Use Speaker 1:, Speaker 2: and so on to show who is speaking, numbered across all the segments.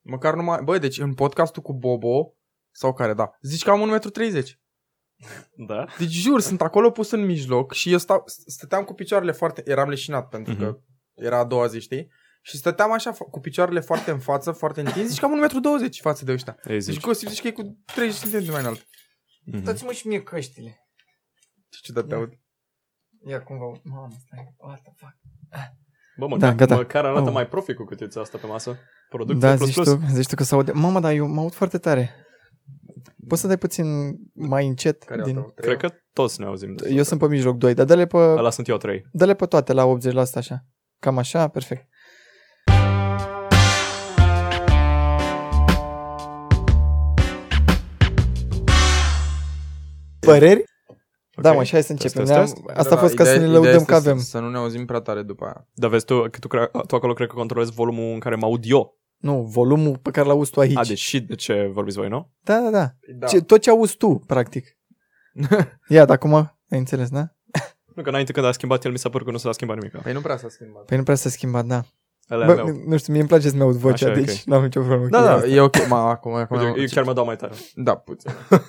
Speaker 1: Măcar numai... Băi, deci în podcastul cu Bobo, sau care, da, zici că am 1,30 m.
Speaker 2: Da?
Speaker 1: Deci jur, sunt acolo pus în mijloc și eu stau, stăteam cu picioarele foarte... Eram leșinat pentru că
Speaker 3: Mhm.
Speaker 1: era a doua zi, știi? Și stăteam așa fo- cu picioarele foarte în față, foarte întins, zici că am 1,20 m față de ăștia.
Speaker 2: Ei
Speaker 1: Deci
Speaker 2: zici.
Speaker 1: Gosip zici că e cu 30 cm mai înalt.
Speaker 2: Mhm.
Speaker 4: Dați-mă și mie căștile.
Speaker 1: Ce ciudat te
Speaker 4: Ia.
Speaker 1: aud.
Speaker 4: Ia cum vă aud. Mamă, stai. What the fuck?
Speaker 2: Bă, măcar,
Speaker 3: Da, gata.
Speaker 2: măcar arată
Speaker 3: Oh.
Speaker 2: mai profi cu cât asta pe masă. Producție
Speaker 3: Da,
Speaker 2: da, plus
Speaker 3: zici
Speaker 2: plus.
Speaker 3: tu, zici tu că s-aude. Mamă, dar eu mă aud foarte tare. Poți să dai puțin mai încet?
Speaker 1: Care
Speaker 3: din...
Speaker 1: din...
Speaker 2: Cred că toți ne auzim.
Speaker 3: Eu sunt pe mijloc 2, dar dă-le pe,
Speaker 2: Ăla sunt eu trei.
Speaker 3: dă-le pe toate la 80 la asta așa. Cam așa, perfect. Păreri? Okay. Da, mă, și hai să
Speaker 2: Test,
Speaker 3: începem.
Speaker 2: test, Da,
Speaker 3: Ne-am- Asta a
Speaker 1: da,
Speaker 3: fost ca să ne lăudăm că avem.
Speaker 1: Să, să nu ne auzim prea tare după aia.
Speaker 2: Dar vezi tu, că tu, cre- tu acolo cred că controlezi volumul în care mă aud eu.
Speaker 3: Nu, volumul pe care l-auzi tu aici.
Speaker 2: A, deci și de ce vorbiți voi, nu?
Speaker 3: Da, da, da.
Speaker 1: Da.
Speaker 3: Ce, tot ce auzi tu, practic. Ia, dar acum ai înțeles, da?
Speaker 2: Nu, că înainte când a schimbat el, mi s-a părut că nu s-a schimbat nimic.
Speaker 1: Păi nu prea s-a schimbat.
Speaker 3: Păi nu prea s-a schimbat, da.
Speaker 2: Ăla e
Speaker 3: Bă,
Speaker 2: meu.
Speaker 3: nu știu, mie îmi place să-mi aud vocea,
Speaker 2: Așa e,
Speaker 3: Așa, deci
Speaker 2: ok.
Speaker 3: n-am nicio problemă.
Speaker 1: Da,
Speaker 3: cu
Speaker 1: da,
Speaker 3: asta.
Speaker 1: e ok. Ma, acum, acum.
Speaker 2: Uite, eu chiar mă dau mai tare.
Speaker 1: Da, puțin.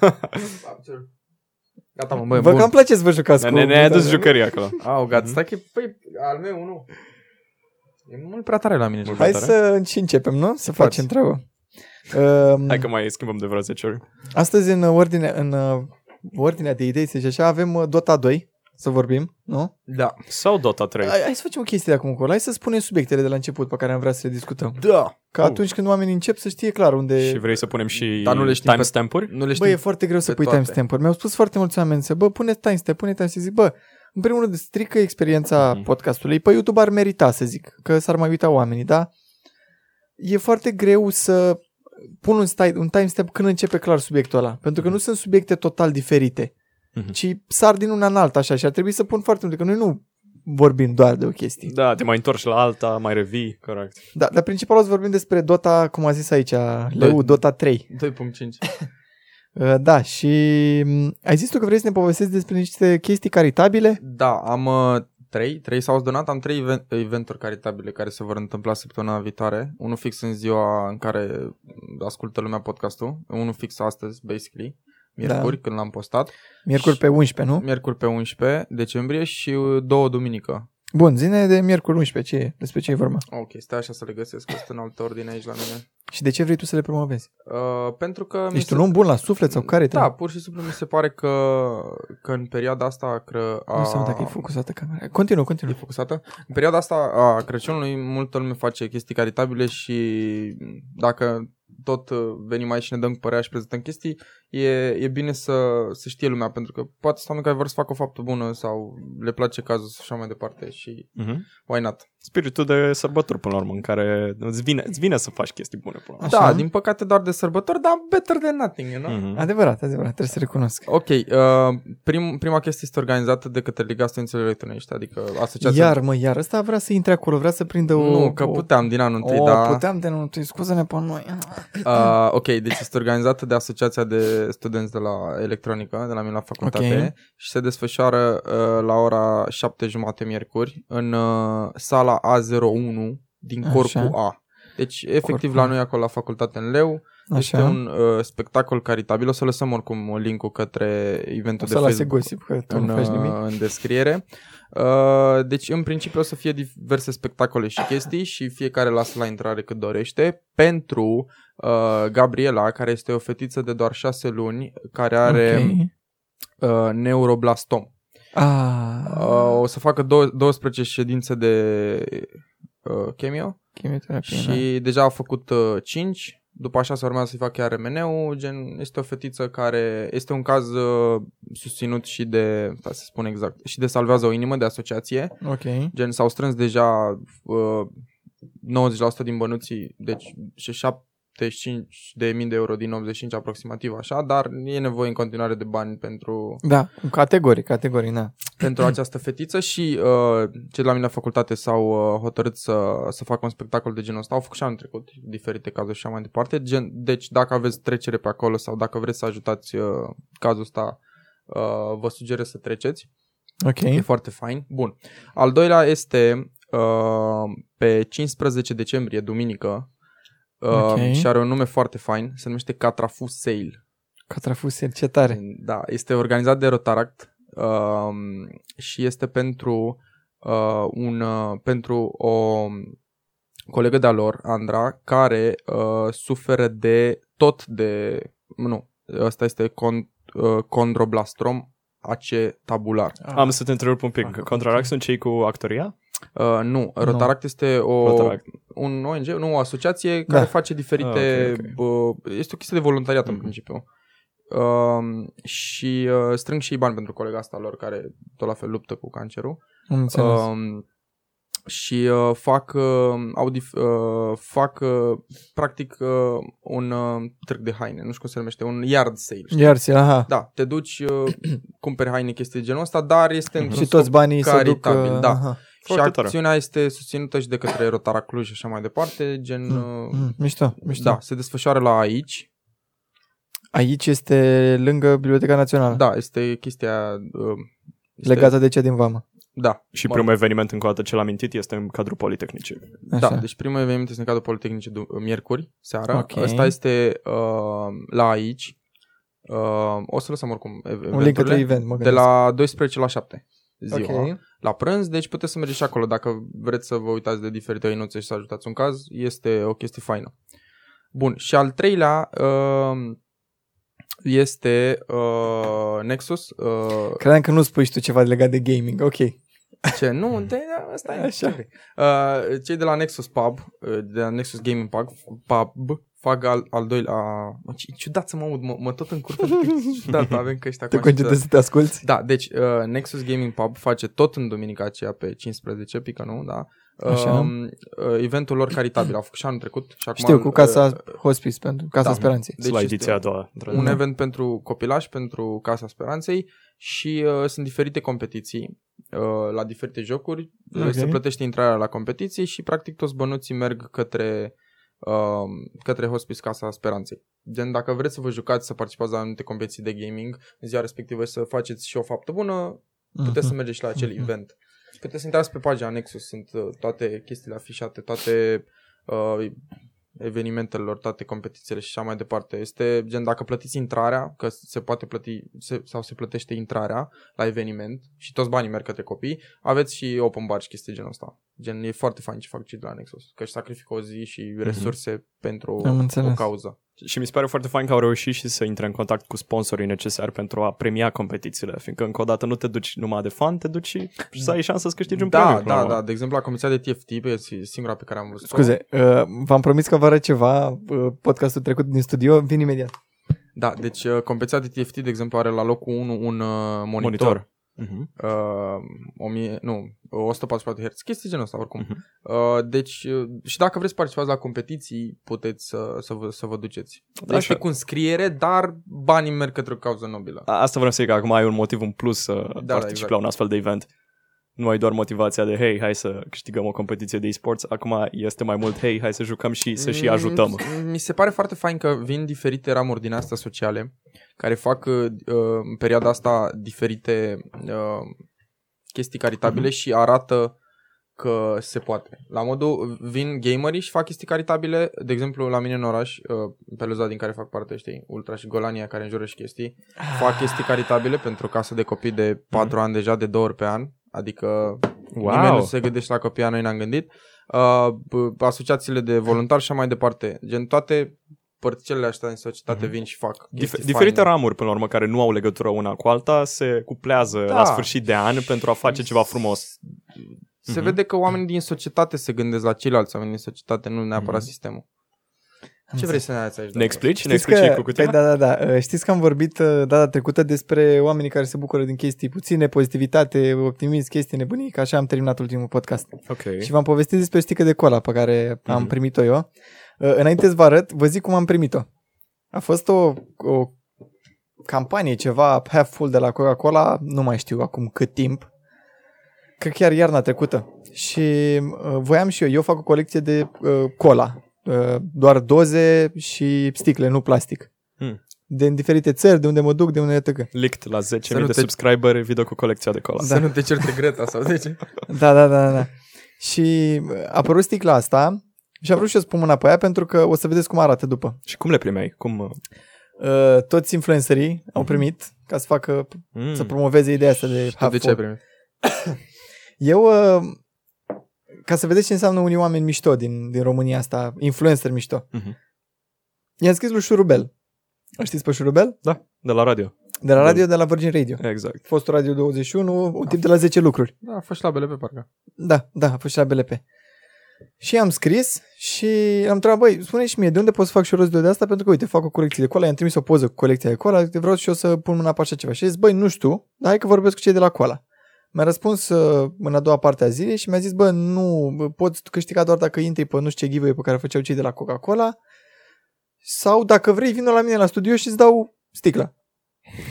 Speaker 1: Gata, mă, băi,
Speaker 3: Vă
Speaker 1: bun.
Speaker 3: cam place să vă jucați
Speaker 2: Ne,
Speaker 3: cu...
Speaker 2: ne, ne-ai adus
Speaker 3: da,
Speaker 2: jucării acolo.
Speaker 1: Au, gata,
Speaker 2: Mhm.
Speaker 1: stai că, păi, al meu nu. E mult prea tare la mine.
Speaker 2: Mult
Speaker 1: Mult
Speaker 2: prea
Speaker 3: Hai
Speaker 2: tare.
Speaker 3: să și începem, nu? Să
Speaker 1: Faci.
Speaker 3: facem treabă. Um,
Speaker 2: Hai că mai schimbăm de vreo 10 ori.
Speaker 3: Astăzi, în ordine, în uh, ordinea de idei, să zic așa, avem uh, Dota 2 să vorbim, nu?
Speaker 1: Da.
Speaker 2: Sau Dota 3.
Speaker 3: Hai, hai să facem o chestie de acum încolo. Hai să spunem subiectele de la început pe care am vrea să le discutăm.
Speaker 1: Da.
Speaker 3: Ca
Speaker 2: Oh.
Speaker 3: atunci când oamenii încep să știe clar unde...
Speaker 2: Și vrei să punem și
Speaker 1: Dar nu le știm pe-
Speaker 2: timestamp-uri?
Speaker 1: Nu le
Speaker 3: Bă, e
Speaker 1: știu.
Speaker 3: foarte greu să
Speaker 1: pe
Speaker 3: pui
Speaker 1: toate.
Speaker 3: timestamp-uri. Mi-au spus foarte mulți oameni să, bă, pune timestamp, pune timestamp. Zic, bă, în primul rând strică experiența
Speaker 2: Mhm.
Speaker 3: podcastului. Pe YouTube ar merita, să zic, că s-ar mai uita oamenii, da? E foarte greu să pun un, stai, un timestamp când începe clar subiectul ăla. Pentru că nu sunt subiecte total diferite,
Speaker 2: Mhm.
Speaker 3: ci sar din una în alta așa și ar trebui să pun foarte multe, că noi nu vorbim doar de o chestie.
Speaker 2: Da, te mai întorci la alta, mai revii, corect.
Speaker 3: Da, dar principal o să vorbim despre Dota, cum a zis aici, Leu,
Speaker 1: Doi-
Speaker 3: Dota 3.
Speaker 1: 2.5.
Speaker 3: Uh, Da, și m, ai zis tu că vrei să ne povestești despre niște chestii caritabile?
Speaker 1: Da, am uh, trei, trei s-au donat, am trei event- eventuri caritabile care se vor întâmpla săptămâna viitoare. Unul fix în ziua în care ascultă lumea podcastul, unul fix astăzi, basically, miercuri, când l-am postat.
Speaker 3: Miercuri pe 11, nu?
Speaker 1: Miercuri pe 11 decembrie și uh, două duminică.
Speaker 3: Bun, zine de miercuri 11, ce e? despre ce e vorba?
Speaker 1: Ah, Ok, stai așa să le găsesc, că sunt în altă ordine aici la mine.
Speaker 3: Și de ce vrei tu să le promovezi?
Speaker 1: Uh, pentru că... mi
Speaker 3: Ești
Speaker 1: se-
Speaker 3: un om bun la suflet sau care? e
Speaker 1: Da,
Speaker 3: treaba?
Speaker 1: pur și simplu mi se pare că, că în perioada asta cră, Da, a, Mm.
Speaker 3: Nu știu dacă e focusată camera. Continuă,
Speaker 1: e
Speaker 3: continuă.
Speaker 1: focusată, în perioada asta a Crăciunului multă lume face chestii caritabile și dacă tot uh, venim aici și ne dăm cu părerea și prezentăm chestii, e, e bine să, să știe lumea, pentru că poate sunt oameni care vor să facă o faptă bună sau le place cazul și așa mai departe și
Speaker 2: Mhm.
Speaker 1: why not?
Speaker 2: Spiritul de sărbători, până la urmă, în care îți vine, îți vine să faci chestii bune, până la
Speaker 3: Așa.
Speaker 1: Da, din păcate doar de sărbători, dar better than nothing, you know?
Speaker 2: urmă. Mhm.
Speaker 3: Adevărat, adevărat, trebuie să recunosc.
Speaker 1: Ok, uh, prim, prima chestie este organizată de către Liga Studenților Electroniști, adică asociația...
Speaker 3: Iar, mă, iar, ăsta vrea să intre acolo, vrea să prindă o...
Speaker 1: Nu, că
Speaker 3: o-
Speaker 1: puteam din anul întâi,
Speaker 3: O,
Speaker 1: da.
Speaker 3: puteam de nu, scuze-ne pe noi.
Speaker 1: Uh, ok, deci este organizată de Asociația de Studenți de la Electronică, de la mine la facultate
Speaker 3: Ok.
Speaker 1: și se desfășoară uh, la ora 7 jumate miercuri în uh, sala A01 din
Speaker 3: Așa.
Speaker 1: corpul A. Deci, efectiv,
Speaker 3: Corpul
Speaker 1: la
Speaker 3: A.
Speaker 1: noi acolo la facultate în Leu, este
Speaker 3: Așa,
Speaker 1: un uh, spectacol caritabil. O să lăsăm oricum link-ul către
Speaker 3: o
Speaker 1: eventul de
Speaker 3: să lase
Speaker 1: Facebook
Speaker 3: gosip că tu
Speaker 1: în,
Speaker 3: nu faci
Speaker 1: uh,
Speaker 3: nimic.
Speaker 1: în descriere. Uh, Deci, în principiu, o să fie diverse spectacole și chestii și fiecare lasă la intrare cât dorește. Pentru uh, Gabriela, care este o fetiță de doar 6 luni, care are
Speaker 3: Ok.
Speaker 1: uh, neuroblastom.
Speaker 3: Ah,
Speaker 1: Uh, O să facă dou- 12 ședințe de uh, chemio
Speaker 3: chimioterapie, da.
Speaker 1: și deja a făcut 5. După așa se urmează să-i facă iar MN-ul, gen, este o fetiță care este un caz uh, susținut și de, ca să spun exact, și de Salvează o Inimă de asociație,
Speaker 3: da. Ok.
Speaker 1: gen, s-au strâns deja uh, 90% din bănuții, deci și 75.000 de euro din 85 aproximativ, așa, dar e nevoie în continuare de bani pentru
Speaker 3: Da, categorii, categorii, da.
Speaker 1: pentru această fetiță și uh, cei de la mine la facultate s-au uh, hotărât să, să facă un spectacol de genul ăsta. Au făcut și anul trecut diferite cazuri și așa mai departe. Gen, deci dacă aveți trecere pe acolo sau dacă vreți să ajutați uh, cazul ăsta, uh, vă sugerez să treceți. E
Speaker 3: Ok.
Speaker 1: foarte fain. Bun. Al doilea este uh, pe 15 decembrie, duminică, uh,
Speaker 3: Ok.
Speaker 1: și are un nume foarte fain, se numește Catrafu Sale.
Speaker 3: Catrafuse, ce tare.
Speaker 1: Da, este organizat de Rotaract um, și este pentru uh, un uh, pentru o colegă de-a lor, Andra, care uh, suferă de tot de nu, ăsta este con, uh, condroblastrom acetabular.
Speaker 2: Am să te întrerup un pic. Contraract sunt cei cu actoria?
Speaker 1: Uh, nu, Rotaract este o,
Speaker 2: Rotaract.
Speaker 1: un ONG, nu, o asociație
Speaker 3: Da.
Speaker 1: care face diferite...
Speaker 2: Ah, ok,
Speaker 1: Uh, este o chestie de voluntariat în
Speaker 2: Mhm.
Speaker 1: principiu. Uh, și uh, strâng și bani pentru colega asta lor care tot la fel luptă cu cancerul.
Speaker 3: Am înțeles.
Speaker 1: Um, și uh, fac, uh, au dif- uh, fac uh, practic uh, un uh, târg de haine, nu știu cum se numește, un yard sale. știi?
Speaker 3: Iar ți aha.
Speaker 1: Da, te duci, uh, cumperi haine, chestii de genul ăsta, dar este
Speaker 2: Mhm.
Speaker 1: într-un
Speaker 3: Și toți banii se duc...
Speaker 1: caritabil,
Speaker 3: uh,
Speaker 1: da.
Speaker 3: aha.
Speaker 2: Foarte
Speaker 1: și
Speaker 2: tare.
Speaker 1: acțiunea este susținută și de către Rotara Cluj și așa mai departe, gen...
Speaker 2: Mm-hmm.
Speaker 3: Mm,
Speaker 1: uh,
Speaker 3: mm, Mișto, mișto.
Speaker 1: Da, se desfășoară la aici.
Speaker 3: Aici este lângă Biblioteca Națională,
Speaker 1: Da, este chestia... uh, Este,
Speaker 3: legată de cea din vamă.
Speaker 1: Da,
Speaker 2: Și
Speaker 1: Bun.
Speaker 2: primul eveniment încă o dată cel amintit este în cadrul Politehnicii.
Speaker 3: Așa.
Speaker 1: da, deci primul eveniment este în cadrul Politehnicii du- miercuri, seara.
Speaker 3: Ok.
Speaker 1: Asta este uh, la aici. Uh, o să lăsăm oricum ev-
Speaker 3: Un link către
Speaker 1: eventurile.
Speaker 3: event, mă
Speaker 1: De
Speaker 3: gândesc.
Speaker 1: la 12 la 7 ziua.
Speaker 3: Ok.
Speaker 1: la prânz, deci puteți să mergeți și acolo dacă vreți să vă uitați de diferite inuțe și să ajutați un caz, este o chestie faină. Bun, și al treilea uh, este uh, Nexus. Uh,
Speaker 3: Credeam că nu spui și tu ceva legat de gaming, ok.
Speaker 1: ce? Nu, de, da, asta e.
Speaker 3: Așa.
Speaker 1: Așa. Uh, cei de la Nexus Pub, uh, de la Nexus Gaming Pub, Pub fac al, al doilea... Mă, ce ciudat să mă aud, mă, mă tot încurcă. ciudat, avem căști
Speaker 3: Te
Speaker 1: acum. și
Speaker 3: concentrezi să te asculti?
Speaker 1: da, deci uh, Nexus Gaming Pub face tot în duminica aceea pe 15, pică nu, da?
Speaker 3: Așa.
Speaker 1: Um, uh, eventul lor caritabil, au făcut și anul trecut și acum
Speaker 3: Știu, cu
Speaker 1: uh,
Speaker 3: Casa Hospice, pentru Casa
Speaker 1: da.
Speaker 3: Speranței.
Speaker 2: Deci la
Speaker 1: este
Speaker 2: ediția a doua. într-adevăr.
Speaker 1: un event pentru copilași, pentru Casa Speranței și uh, sunt diferite competiții uh, la diferite jocuri,
Speaker 3: Ok.
Speaker 1: okay. se plătește intrarea la competiții și practic toți bănuții merg către uh, către Hospice Casa Speranței. Gen, dacă vreți să vă jucați, să participați la anumite competiții de gaming, în ziua respectivă să faceți și o faptă bună, Puteți să mergeți și la acel
Speaker 3: Mhm.
Speaker 1: event. Puteți să intrați pe pagina Nexus, sunt uh, toate chestiile afișate, toate uh, evenimentele lor, toate competițiile și așa mai departe. Este gen dacă plătiți intrarea, că se poate plăti se, sau se plătește intrarea la eveniment și toți banii merg către copii, aveți și open bar și chestii genul ăsta. Gen, e foarte fain ce fac cei de la Nexus, că își sacrifică o zi și resurse pentru
Speaker 3: Mhm. Am înțeles.
Speaker 1: o cauză.
Speaker 2: Și mi se pare foarte fain că au reușit și să intre în contact cu sponsorii necesari pentru a premia competițiile, fiindcă încă o dată nu te duci numai de fan, te duci și să ai șansa să câștigi Deci un
Speaker 1: Da,
Speaker 2: premiu. până la
Speaker 1: da,
Speaker 2: urmă.
Speaker 1: da. De exemplu, la comisia de TFT, pe- e singura pe care am văzut
Speaker 3: Scuze, uh, v-am promis că vă arăt ceva, uh, podcastul trecut din studio, vin imediat.
Speaker 1: Da, deci uh, competiția de TFT, de exemplu, are la locul 1 un uh, monitor,
Speaker 2: Monitor.
Speaker 1: monitor.
Speaker 2: Mhm.
Speaker 1: Uh, 1000, nu, 144 Hz, chestii genul ăsta oricum. Uh, deci, uh, și dacă vreți să participați la competiții, puteți să, să, vă, să vă duceți.
Speaker 2: Da,
Speaker 1: Da,
Speaker 2: așa.
Speaker 1: este cu înscriere, dar banii merg către o cauză nobilă.
Speaker 2: A- Asta vreau să zic, că acum ai un motiv în plus să
Speaker 1: da,
Speaker 2: participi
Speaker 1: exact.
Speaker 2: la un astfel de event. Nu ai doar motivația de, hei, hai să câștigăm o competiție de e-sports, acum este mai mult, hei, hai să jucăm și să și ajutăm.
Speaker 1: Mm, Mi se pare foarte fain că vin diferite ramuri din astea sociale care fac uh, în perioada asta diferite uh, chestii caritabile
Speaker 2: Mhm.
Speaker 1: și arată că se poate. La modul vin gamerii și fac chestii caritabile, de exemplu la mine în oraș, uh, pe Luza din care fac parte, știi, Ultra și Golania care înjură și chestii, fac chestii caritabile pentru o casă de copii de
Speaker 2: Mhm.
Speaker 1: 4 ani deja, de 2 ori pe an, adică Wow. Nimeni nu se gândește la copii, noi n-am gândit. Uh, b- asociațiile de voluntari și așa mai departe. Gen toate părțile astea din societate
Speaker 2: Mhm.
Speaker 1: vin și fac. chestii
Speaker 2: Dif- diferite
Speaker 1: faine.
Speaker 2: ramuri, până la urmă, care nu au legătură una cu alta, se cuplează
Speaker 1: Da.
Speaker 2: la sfârșit de an pentru a face ceva frumos.
Speaker 1: Se
Speaker 2: Mhm.
Speaker 1: vede că oamenii din societate se gândesc la ceilalți oameni din societate, nu neapărat
Speaker 2: Mhm.
Speaker 1: sistemul. Ce vrei să ne arăți aici?
Speaker 2: Ne
Speaker 1: dacă-
Speaker 2: explici? Ne
Speaker 3: Știți
Speaker 2: explici
Speaker 3: că,
Speaker 2: cu
Speaker 3: păi
Speaker 2: cutia?
Speaker 3: da, da, da. Uh, Știți că am vorbit uh, data trecută despre oamenii care se bucură din chestii puține, pozitivitate, optimism, chestii nebunii, că așa am terminat ultimul podcast.
Speaker 1: da-
Speaker 2: Ok.
Speaker 3: Și v-am povestit despre o sticlă de cola pe care am
Speaker 2: Mhm.
Speaker 3: primit-o eu. Uh, Înainte să vă arăt, vă zic cum am primit-o. A fost o, o campanie, ceva half full de la Coca-Cola, nu mai știu acum cât timp. Cred chiar iarna trecută. Și uh, voiam și eu, eu fac o colecție de uh, cola. Uh, doar doze și sticle, nu plastic.
Speaker 2: Hmm.
Speaker 3: De în diferite țări, de unde mă duc, de unde etc.
Speaker 2: Licked la 10.000 de
Speaker 1: Salut, te- Da.
Speaker 2: subscriberi, video cu colecția de cola.
Speaker 1: Să nu te certe Greta sau de ce?
Speaker 3: Da, da, da, da. Și a apărut uh, sticla asta Și am vrut și eu să pun mâna pe aia pentru că o să vedeți cum arată după.
Speaker 2: Și cum le primeai? Cum, uh,
Speaker 3: Uh, toți influencerii au primit ca să facă,
Speaker 2: mm,
Speaker 3: mm. să promoveze ideea asta de
Speaker 1: Tu de
Speaker 3: half
Speaker 1: ce ai primit?
Speaker 3: Eu, uh, ca să vedeți ce înseamnă unii oameni mișto din, din România asta, influencer mișto,
Speaker 2: Mhm.
Speaker 3: i-am scris lui Șurubel. Îl știți pe Șurubel?
Speaker 2: da, de la radio.
Speaker 3: De la
Speaker 2: Da.
Speaker 3: radio, de la Virgin Radio.
Speaker 2: Exact.
Speaker 3: Fost Radio 21, un timp de la 10 lucruri.
Speaker 1: Da, a fost la BLP parcă.
Speaker 3: Da, da, a fost și la BLP. Și am scris și am întrebat, băi, spune și mie, de unde pot să fac și eu rost de asta? Pentru că, uite, fac o colecție de cola, i-am trimis o poză cu colecția de cola, uite, vreau și eu să pun mâna pe așa ceva. Și a zis, băi, nu știu, dar hai că vorbesc cu cei de la cola. Mi-a răspuns uh, în a doua parte a zilei și mi-a zis, bă, nu, bă, poți câștiga doar dacă intri pe nu știu ce giveaway pe care făceau cei de la Coca-Cola sau dacă vrei, vină la mine la studio și îți dau sticla.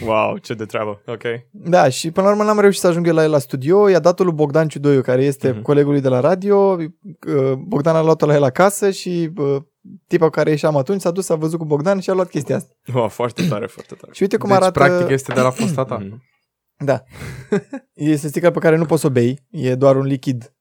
Speaker 2: Wow, ce de treabă. Ok.
Speaker 3: Da, și până la urmă n-am reușit să ajung eu la el la studio, i-a dat-o lui Bogdan Ciudoiu, care este
Speaker 2: Mhm.
Speaker 3: mm-hmm. colegul lui de la radio, Uh, Bogdan a luat-o la el acasă și uh, tipa cu care ieșeam atunci s-a dus, a văzut cu Bogdan și a luat chestia asta.
Speaker 2: Wow, foarte tare, foarte tare.
Speaker 3: Și uite cum
Speaker 1: deci,
Speaker 3: arată...
Speaker 1: practic, este de la fosta ta.
Speaker 2: Mhm.
Speaker 3: Da. este sticla pe care nu poți să o bei, e doar un lichid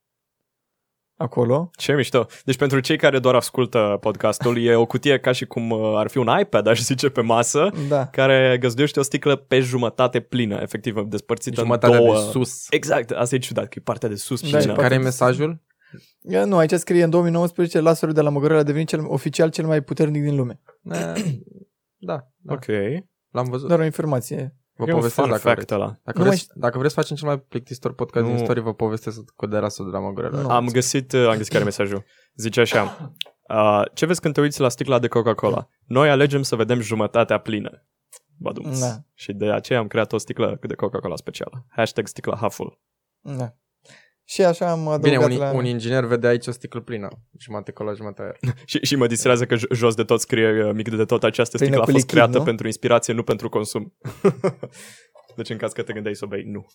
Speaker 3: acolo.
Speaker 2: Ce mișto. Deci pentru cei care doar ascultă podcastul, e o cutie ca și cum uh, ar fi un iPad, aș zice, pe masă,
Speaker 3: Da.
Speaker 2: care găzduiește o sticlă pe jumătate plină, efectiv, despărțită
Speaker 1: Jumătatea
Speaker 2: în două.
Speaker 1: de sus.
Speaker 2: Exact, asta e ciudat, că e partea de sus.
Speaker 3: Da,
Speaker 2: Da,
Speaker 3: e
Speaker 2: plină.
Speaker 1: Deci,
Speaker 3: partea-
Speaker 1: Care e mesajul?
Speaker 3: Ia, Nu, aici scrie în 2019 laserul de la Măgărel a devenit cel, oficial cel mai puternic din lume.
Speaker 1: Da, da.
Speaker 2: Ok.
Speaker 1: L-am văzut.
Speaker 3: Doar o informație.
Speaker 1: Vă
Speaker 2: e un
Speaker 1: povestesc
Speaker 2: fun
Speaker 1: dacă
Speaker 2: fact
Speaker 1: vreți.
Speaker 2: ăla.
Speaker 1: Dacă
Speaker 3: Nu
Speaker 1: vreți,
Speaker 3: mai
Speaker 1: dacă vreți să facem cel mai plictisitor podcast din
Speaker 2: Nu.
Speaker 1: istorie, vă povestesc cu de rasul de la Mogorela.
Speaker 3: Nu.
Speaker 2: Am găsit, uh, am găsit care e mesajul. Zice așa. Uh, ce vezi când te uiți la sticla de Coca-Cola? Noi alegem să vedem jumătatea plină. Badum.
Speaker 3: Da.
Speaker 2: Și de aceea am creat o sticlă de Coca-Cola specială. Hashtag sticla haful.
Speaker 3: Da. Și așa am adăugat
Speaker 1: Bine, un,
Speaker 3: la...
Speaker 1: un inginer vede aici o sticlă plină, jumătate cola, jumătate aer.
Speaker 2: Și, și mă distrează că jo- jos de tot scrie uh, mic de tot această
Speaker 3: Plină
Speaker 2: sticlă a
Speaker 3: cu
Speaker 2: fost
Speaker 3: lichid,
Speaker 2: creată
Speaker 3: Păi nu?
Speaker 2: pentru inspirație, nu pentru consum. deci în caz că te gândeai să o bei, nu.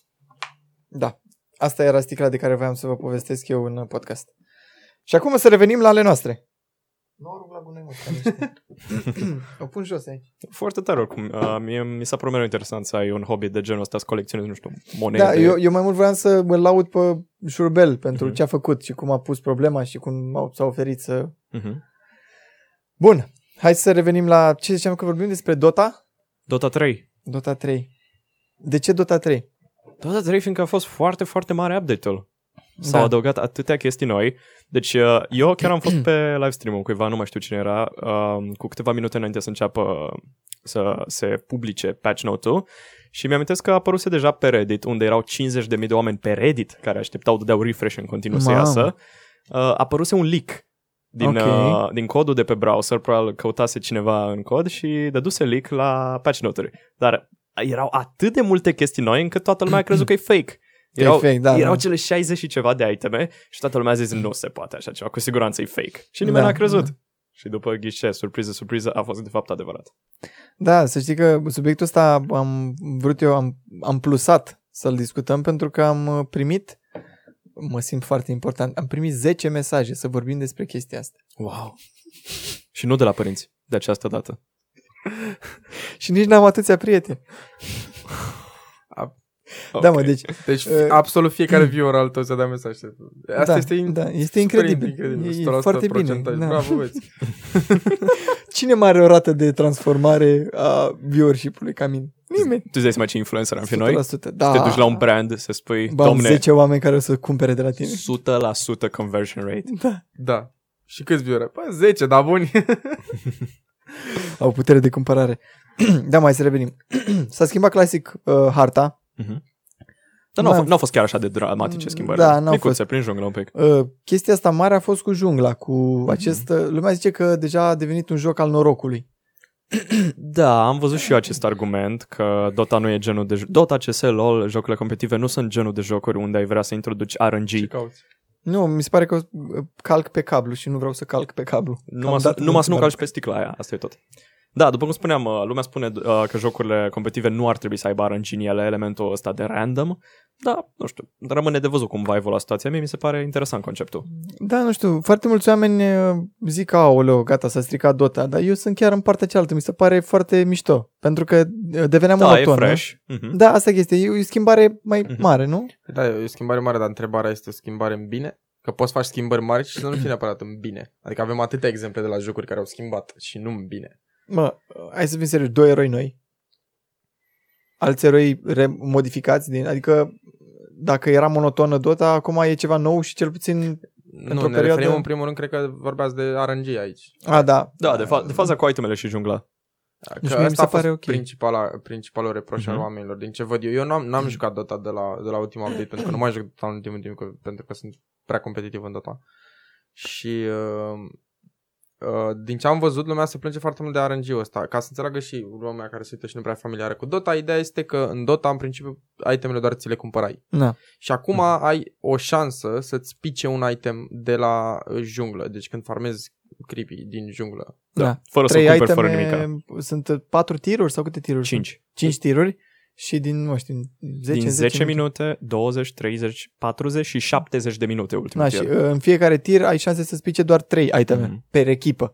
Speaker 3: Da. Asta era sticla de care voiam să vă povestesc eu în podcast. Și acum să revenim la ale noastre.
Speaker 4: Nu o rug la gunoi, mă, că
Speaker 3: o pun jos aici.
Speaker 2: Foarte tare oricum. Uh, mie, mi s-a părut mereu interesant să ai un hobby de genul ăsta, să colecționezi, nu știu, monede.
Speaker 3: Da, eu, eu mai mult vreau să îl laud pe Șurbel pentru
Speaker 2: Mhm.
Speaker 3: ce a făcut și cum a pus problema și cum au- s-a oferit să...
Speaker 2: Mhm.
Speaker 3: Bun, hai să revenim la... Ce ziceam că vorbim despre Dota?
Speaker 2: Dota 3.
Speaker 3: Dota 3. De ce Dota 3?
Speaker 2: Dota 3 fiindcă a fost foarte, foarte mare update-ul. S-au
Speaker 3: Da.
Speaker 2: adăugat atâtea chestii noi. Deci uh, eu chiar am fost pe live stream-ul cuiva, nu mai știu cine era, uh, cu câteva minute înainte să înceapă să se publice patch note-ul și mi-am că a apăruse deja pe Reddit, unde erau 50.000 de oameni pe Reddit care așteptau, dădeau refresh în continuu să
Speaker 3: Mamă.
Speaker 2: iasă. Uh, apăruse un leak din,
Speaker 3: Ok.
Speaker 2: uh, din codul de pe browser, probabil căutase cineva în cod și dăduse leak la patch note-uri. Dar erau atât de multe chestii noi încât toată lumea a crezut că e fake.
Speaker 3: E
Speaker 2: Erau,
Speaker 3: fake, da,
Speaker 2: erau
Speaker 3: da.
Speaker 2: cele 60 și ceva de iteme și toată lumea a zis nu se poate așa ceva, cu siguranță e fake. Și nimeni
Speaker 3: Da,
Speaker 2: n-a crezut. Și după ghișe, surpriză, surpriză, a fost de fapt adevărat.
Speaker 3: Da, să știi că subiectul ăsta am vrut eu, am, am plusat să-l discutăm pentru că am uh, primit, mă simt foarte important, am primit 10 mesaje să vorbim despre chestia asta.
Speaker 2: Wow! și nu de la părinți, de această dată.
Speaker 3: Și nici n-am atâția prieteni.
Speaker 2: Ah,
Speaker 3: Okay. Da, mă, deci
Speaker 1: Deci
Speaker 3: Uh,
Speaker 1: uh, absolut fiecare viewer al tău ți-a dat mesaj. Asta
Speaker 3: da,
Speaker 1: este in-
Speaker 3: da, este
Speaker 1: super
Speaker 3: incredibil. E, e
Speaker 1: 100%
Speaker 3: foarte bine.
Speaker 1: procentaj.
Speaker 3: Da.
Speaker 1: Bravo, băieți.
Speaker 3: Cine mai are o rată de transformare a viewership-ului ca mine? Nimeni.
Speaker 2: Tu zici mai ce influencer am fi noi?
Speaker 3: 100%, Da.
Speaker 2: Te duci la un brand să spui,
Speaker 3: Bam,
Speaker 2: domne,
Speaker 3: 10 oameni care o să cumpere de la tine.
Speaker 2: 100% conversion rate.
Speaker 3: Da.
Speaker 1: Da. Și câți viewer? Păi 10, dar buni.
Speaker 3: Au putere de cumpărare. da, mai să revenim. S-a schimbat clasic uh, harta.
Speaker 2: Dar nu au
Speaker 3: Da.
Speaker 2: f- n-au fost chiar așa de dramatice schimbările.
Speaker 3: Da, n-au
Speaker 2: Micuțe, prin jungla un pic.
Speaker 3: Uh, chestia asta mare a fost cu jungla, cu
Speaker 2: Mhm.
Speaker 3: acest... uh, Lumea zice că deja a devenit un joc al norocului.
Speaker 2: Da, am văzut și eu acest argument că Dota nu e genul de... jo- Dota, CS, LoL, jocurile competitive nu sunt genul de jocuri unde ai vrea să introduci
Speaker 1: Ce
Speaker 2: RNG.
Speaker 1: cauți?
Speaker 3: Nu, mi se pare că uh, calc pe cablu și nu vreau să calc pe cablu.
Speaker 2: Numai să, numai să nu calci pe sticla aia, asta e tot. Da, după cum spuneam, uh, lumea spune uh, că jocurile competitive nu ar trebui să aibă RNG în ele, elementul ăsta de random, dar, nu știu, rămâne de văzut cum va evolua situația. Mie mi se pare interesant conceptul.
Speaker 3: Da, nu știu, foarte mulți oameni uh, zic, aoleo, gata, s-a stricat Dota, dar eu sunt chiar în partea cealaltă, mi se pare foarte mișto, pentru că uh, devenea
Speaker 2: Da,
Speaker 3: monoton.
Speaker 2: e
Speaker 3: nu?
Speaker 2: fresh. Mhm.
Speaker 3: Da, asta e chestia, e o schimbare mai
Speaker 2: Mhm.
Speaker 3: mare, nu?
Speaker 1: Păi Da, e o schimbare mare, dar întrebarea este o schimbare în bine? Că poți faci schimbări mari și să nu fie neapărat în bine. Adică avem atâtea exemple de la jocuri care au schimbat și nu în bine.
Speaker 3: Mă, hai să fim serioși, doi eroi noi. Alți eroi remodificați din, adică dacă era monotonă Dota, acum e ceva nou și cel puțin...
Speaker 1: Nu,
Speaker 3: Într-o
Speaker 1: ne
Speaker 3: perioadă-
Speaker 1: referim în primul rând, cred că vorbeați de RNG aici.
Speaker 3: A, da.
Speaker 2: Da, de, fa- de faza cu itemele și jungla.
Speaker 1: Că
Speaker 3: Deci
Speaker 1: asta
Speaker 3: mie mi
Speaker 1: a
Speaker 3: se
Speaker 1: fost
Speaker 3: pare ok.
Speaker 1: principala, principalul reproș al
Speaker 2: Mhm.
Speaker 1: oamenilor, din ce văd eu. Eu n-am,
Speaker 3: Mhm.
Speaker 1: n-am jucat Dota de la, de la ultimul update, pentru că nu mai joc Dota în ultimul timp, că- pentru că sunt prea competitiv în Dota. Și uh, uh, din ce am văzut, lumea se plânge foarte mult de RNG-ul ăsta. Ca să înțeleagă și lumea care se uită și nu prea familiară cu Dota, ideea este că în Dota, în principiu, itemele doar ți le cumpărai.
Speaker 3: Na.
Speaker 1: Și acum
Speaker 2: Mhm.
Speaker 1: ai o șansă să-ți pice un item de la uh, junglă, deci când farmezi creepy din junglă.
Speaker 2: Da.
Speaker 3: Da.
Speaker 2: Fără să
Speaker 3: Trei
Speaker 2: cumperi fără nimic. da.
Speaker 3: iteme, sunt uh, patru tiruri sau câte tiruri? sunt?
Speaker 2: 5.
Speaker 3: Cinci tiruri și din, nu știu, 10,
Speaker 2: Din 10
Speaker 3: minute.
Speaker 2: minute, 20, 30, 40 și 70 de minute ultimul
Speaker 3: Da, și
Speaker 2: tier.
Speaker 3: uh, în fiecare tir ai șanse să spice doar 3 iteme
Speaker 2: Mhm.
Speaker 3: per echipă.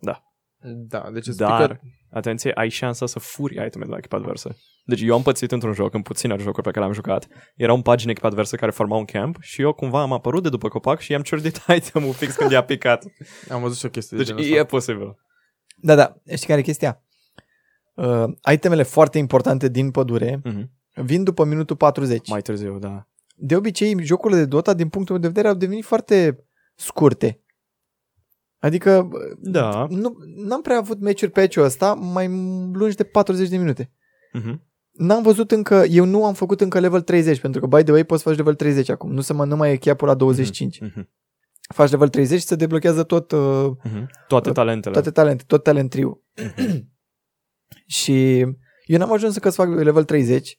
Speaker 1: Da, deci îți pică
Speaker 2: Dar, atenție, ai șansa să furi iteme de la echipa adversă. Deci eu am pățit într-un joc, în puține jocuri pe care le-am jucat, era un pagina echipa adversă care forma un camp și eu cumva am apărut de după copac și i-am ciordit itemul fix când i-a picat.
Speaker 1: Am văzut și o chestie
Speaker 2: Deci
Speaker 1: de genul
Speaker 2: e
Speaker 1: ăsta.
Speaker 2: posibil.
Speaker 3: Da, da, știi care e chestia? Uh, itemele foarte importante din pădure
Speaker 2: Mhm.
Speaker 3: vin după minutul 40.
Speaker 2: Mai târziu, da.
Speaker 3: De obicei, jocurile de Dota, din punctul meu de vedere, au devenit foarte scurte. Adică uh,
Speaker 2: Da.
Speaker 3: nu, n-am prea avut meciuri pe meciul ăsta mai lungi de 40 de minute.
Speaker 2: Mhm.
Speaker 3: N-am văzut încă, eu nu am făcut încă level 30, pentru că, by the way, poți să faci level 30 acum. Nu se mă, nu mai e chiapul la 25.
Speaker 2: Mhm.
Speaker 3: Faci level 30 și se deblochează tot uh,
Speaker 2: Mhm. Toate talentele.
Speaker 3: Toate talente, tot talent trio.
Speaker 2: Mhm.
Speaker 3: și eu n-am ajuns încă să fac level 30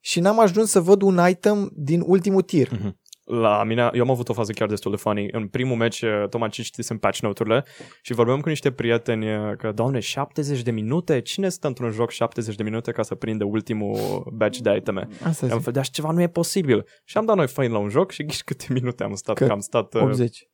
Speaker 3: și n-am ajuns să văd un item din ultimul tir.
Speaker 2: la mine, eu am avut o fază chiar destul de funny. În primul match, eh, tocmai ce citisem patch note-urile și vorbeam cu niște prieteni eh, că, doamne, 70 de minute? Cine stă într-un joc 70 de minute ca să prinde ultimul batch de iteme? Mhm.
Speaker 3: Asta
Speaker 2: Am
Speaker 3: zic.
Speaker 2: fel, dar așa ceva nu e posibil. Și am dat noi fain la un joc și ghiși câte minute am stat, că,
Speaker 3: Că-
Speaker 2: că am stat eh,
Speaker 3: 80.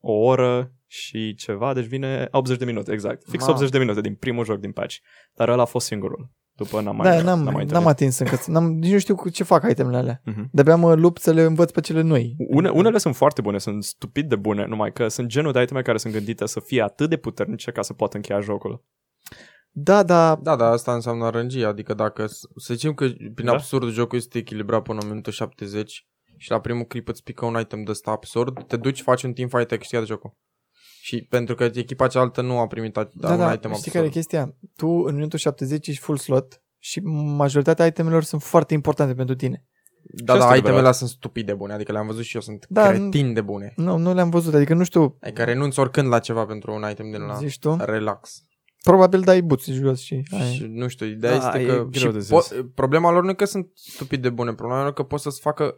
Speaker 2: o oră și ceva, deci vine 80 de minute, exact. Fix
Speaker 3: Mamă.
Speaker 2: 80 de minute din primul joc din patch. Dar ăla a fost singurul. După n-am mai,
Speaker 3: Da, n-am,
Speaker 2: n-am mai
Speaker 3: n-am,
Speaker 2: întâlnit.
Speaker 3: atins încă. N-am, nici nu știu cu ce fac itemele alea.
Speaker 2: Mhm.
Speaker 3: De-abia mă lupt să le învăț pe cele noi.
Speaker 2: Une, unele sunt foarte bune, sunt stupid de bune, numai că sunt genul de iteme care sunt gândite să fie atât de puternice ca să poată încheia jocul.
Speaker 3: Da, da,
Speaker 1: Da, da, asta înseamnă RNG, adică dacă, s- să zicem că prin
Speaker 2: Da.
Speaker 1: da? absurd jocul este echilibrat până în minutul 70 și la primul clip îți pică un item de ăsta absurd, te duci, faci un teamfight, ai câștigat jocul. Și pentru că echipa cealaltă nu a primit a-
Speaker 3: da,
Speaker 1: un
Speaker 3: da,
Speaker 1: item
Speaker 3: știi care e
Speaker 1: absurd.
Speaker 3: chestia? Tu în minutul 70 ești full slot și majoritatea itemelor sunt foarte importante pentru tine.
Speaker 1: Da,
Speaker 2: Și asta
Speaker 1: da, itemele
Speaker 2: e adevărat.
Speaker 1: alea sunt stupid de bune, adică le-am văzut și eu, sunt
Speaker 3: Da,
Speaker 1: da, cretin de bune.
Speaker 3: Nu, nu le-am văzut, adică nu știu,
Speaker 1: Adică renunți oricând la ceva pentru un item din ăla.
Speaker 3: zici tu,
Speaker 1: Relax.
Speaker 3: probabil dai buți jos și... ai-
Speaker 1: Și, nu știu, ideea
Speaker 2: Da,
Speaker 1: este
Speaker 2: e
Speaker 1: că...
Speaker 2: greu
Speaker 1: și
Speaker 2: de zis.
Speaker 1: po- problema lor nu e că sunt stupid de bune, problema lor e că pot să-ți facă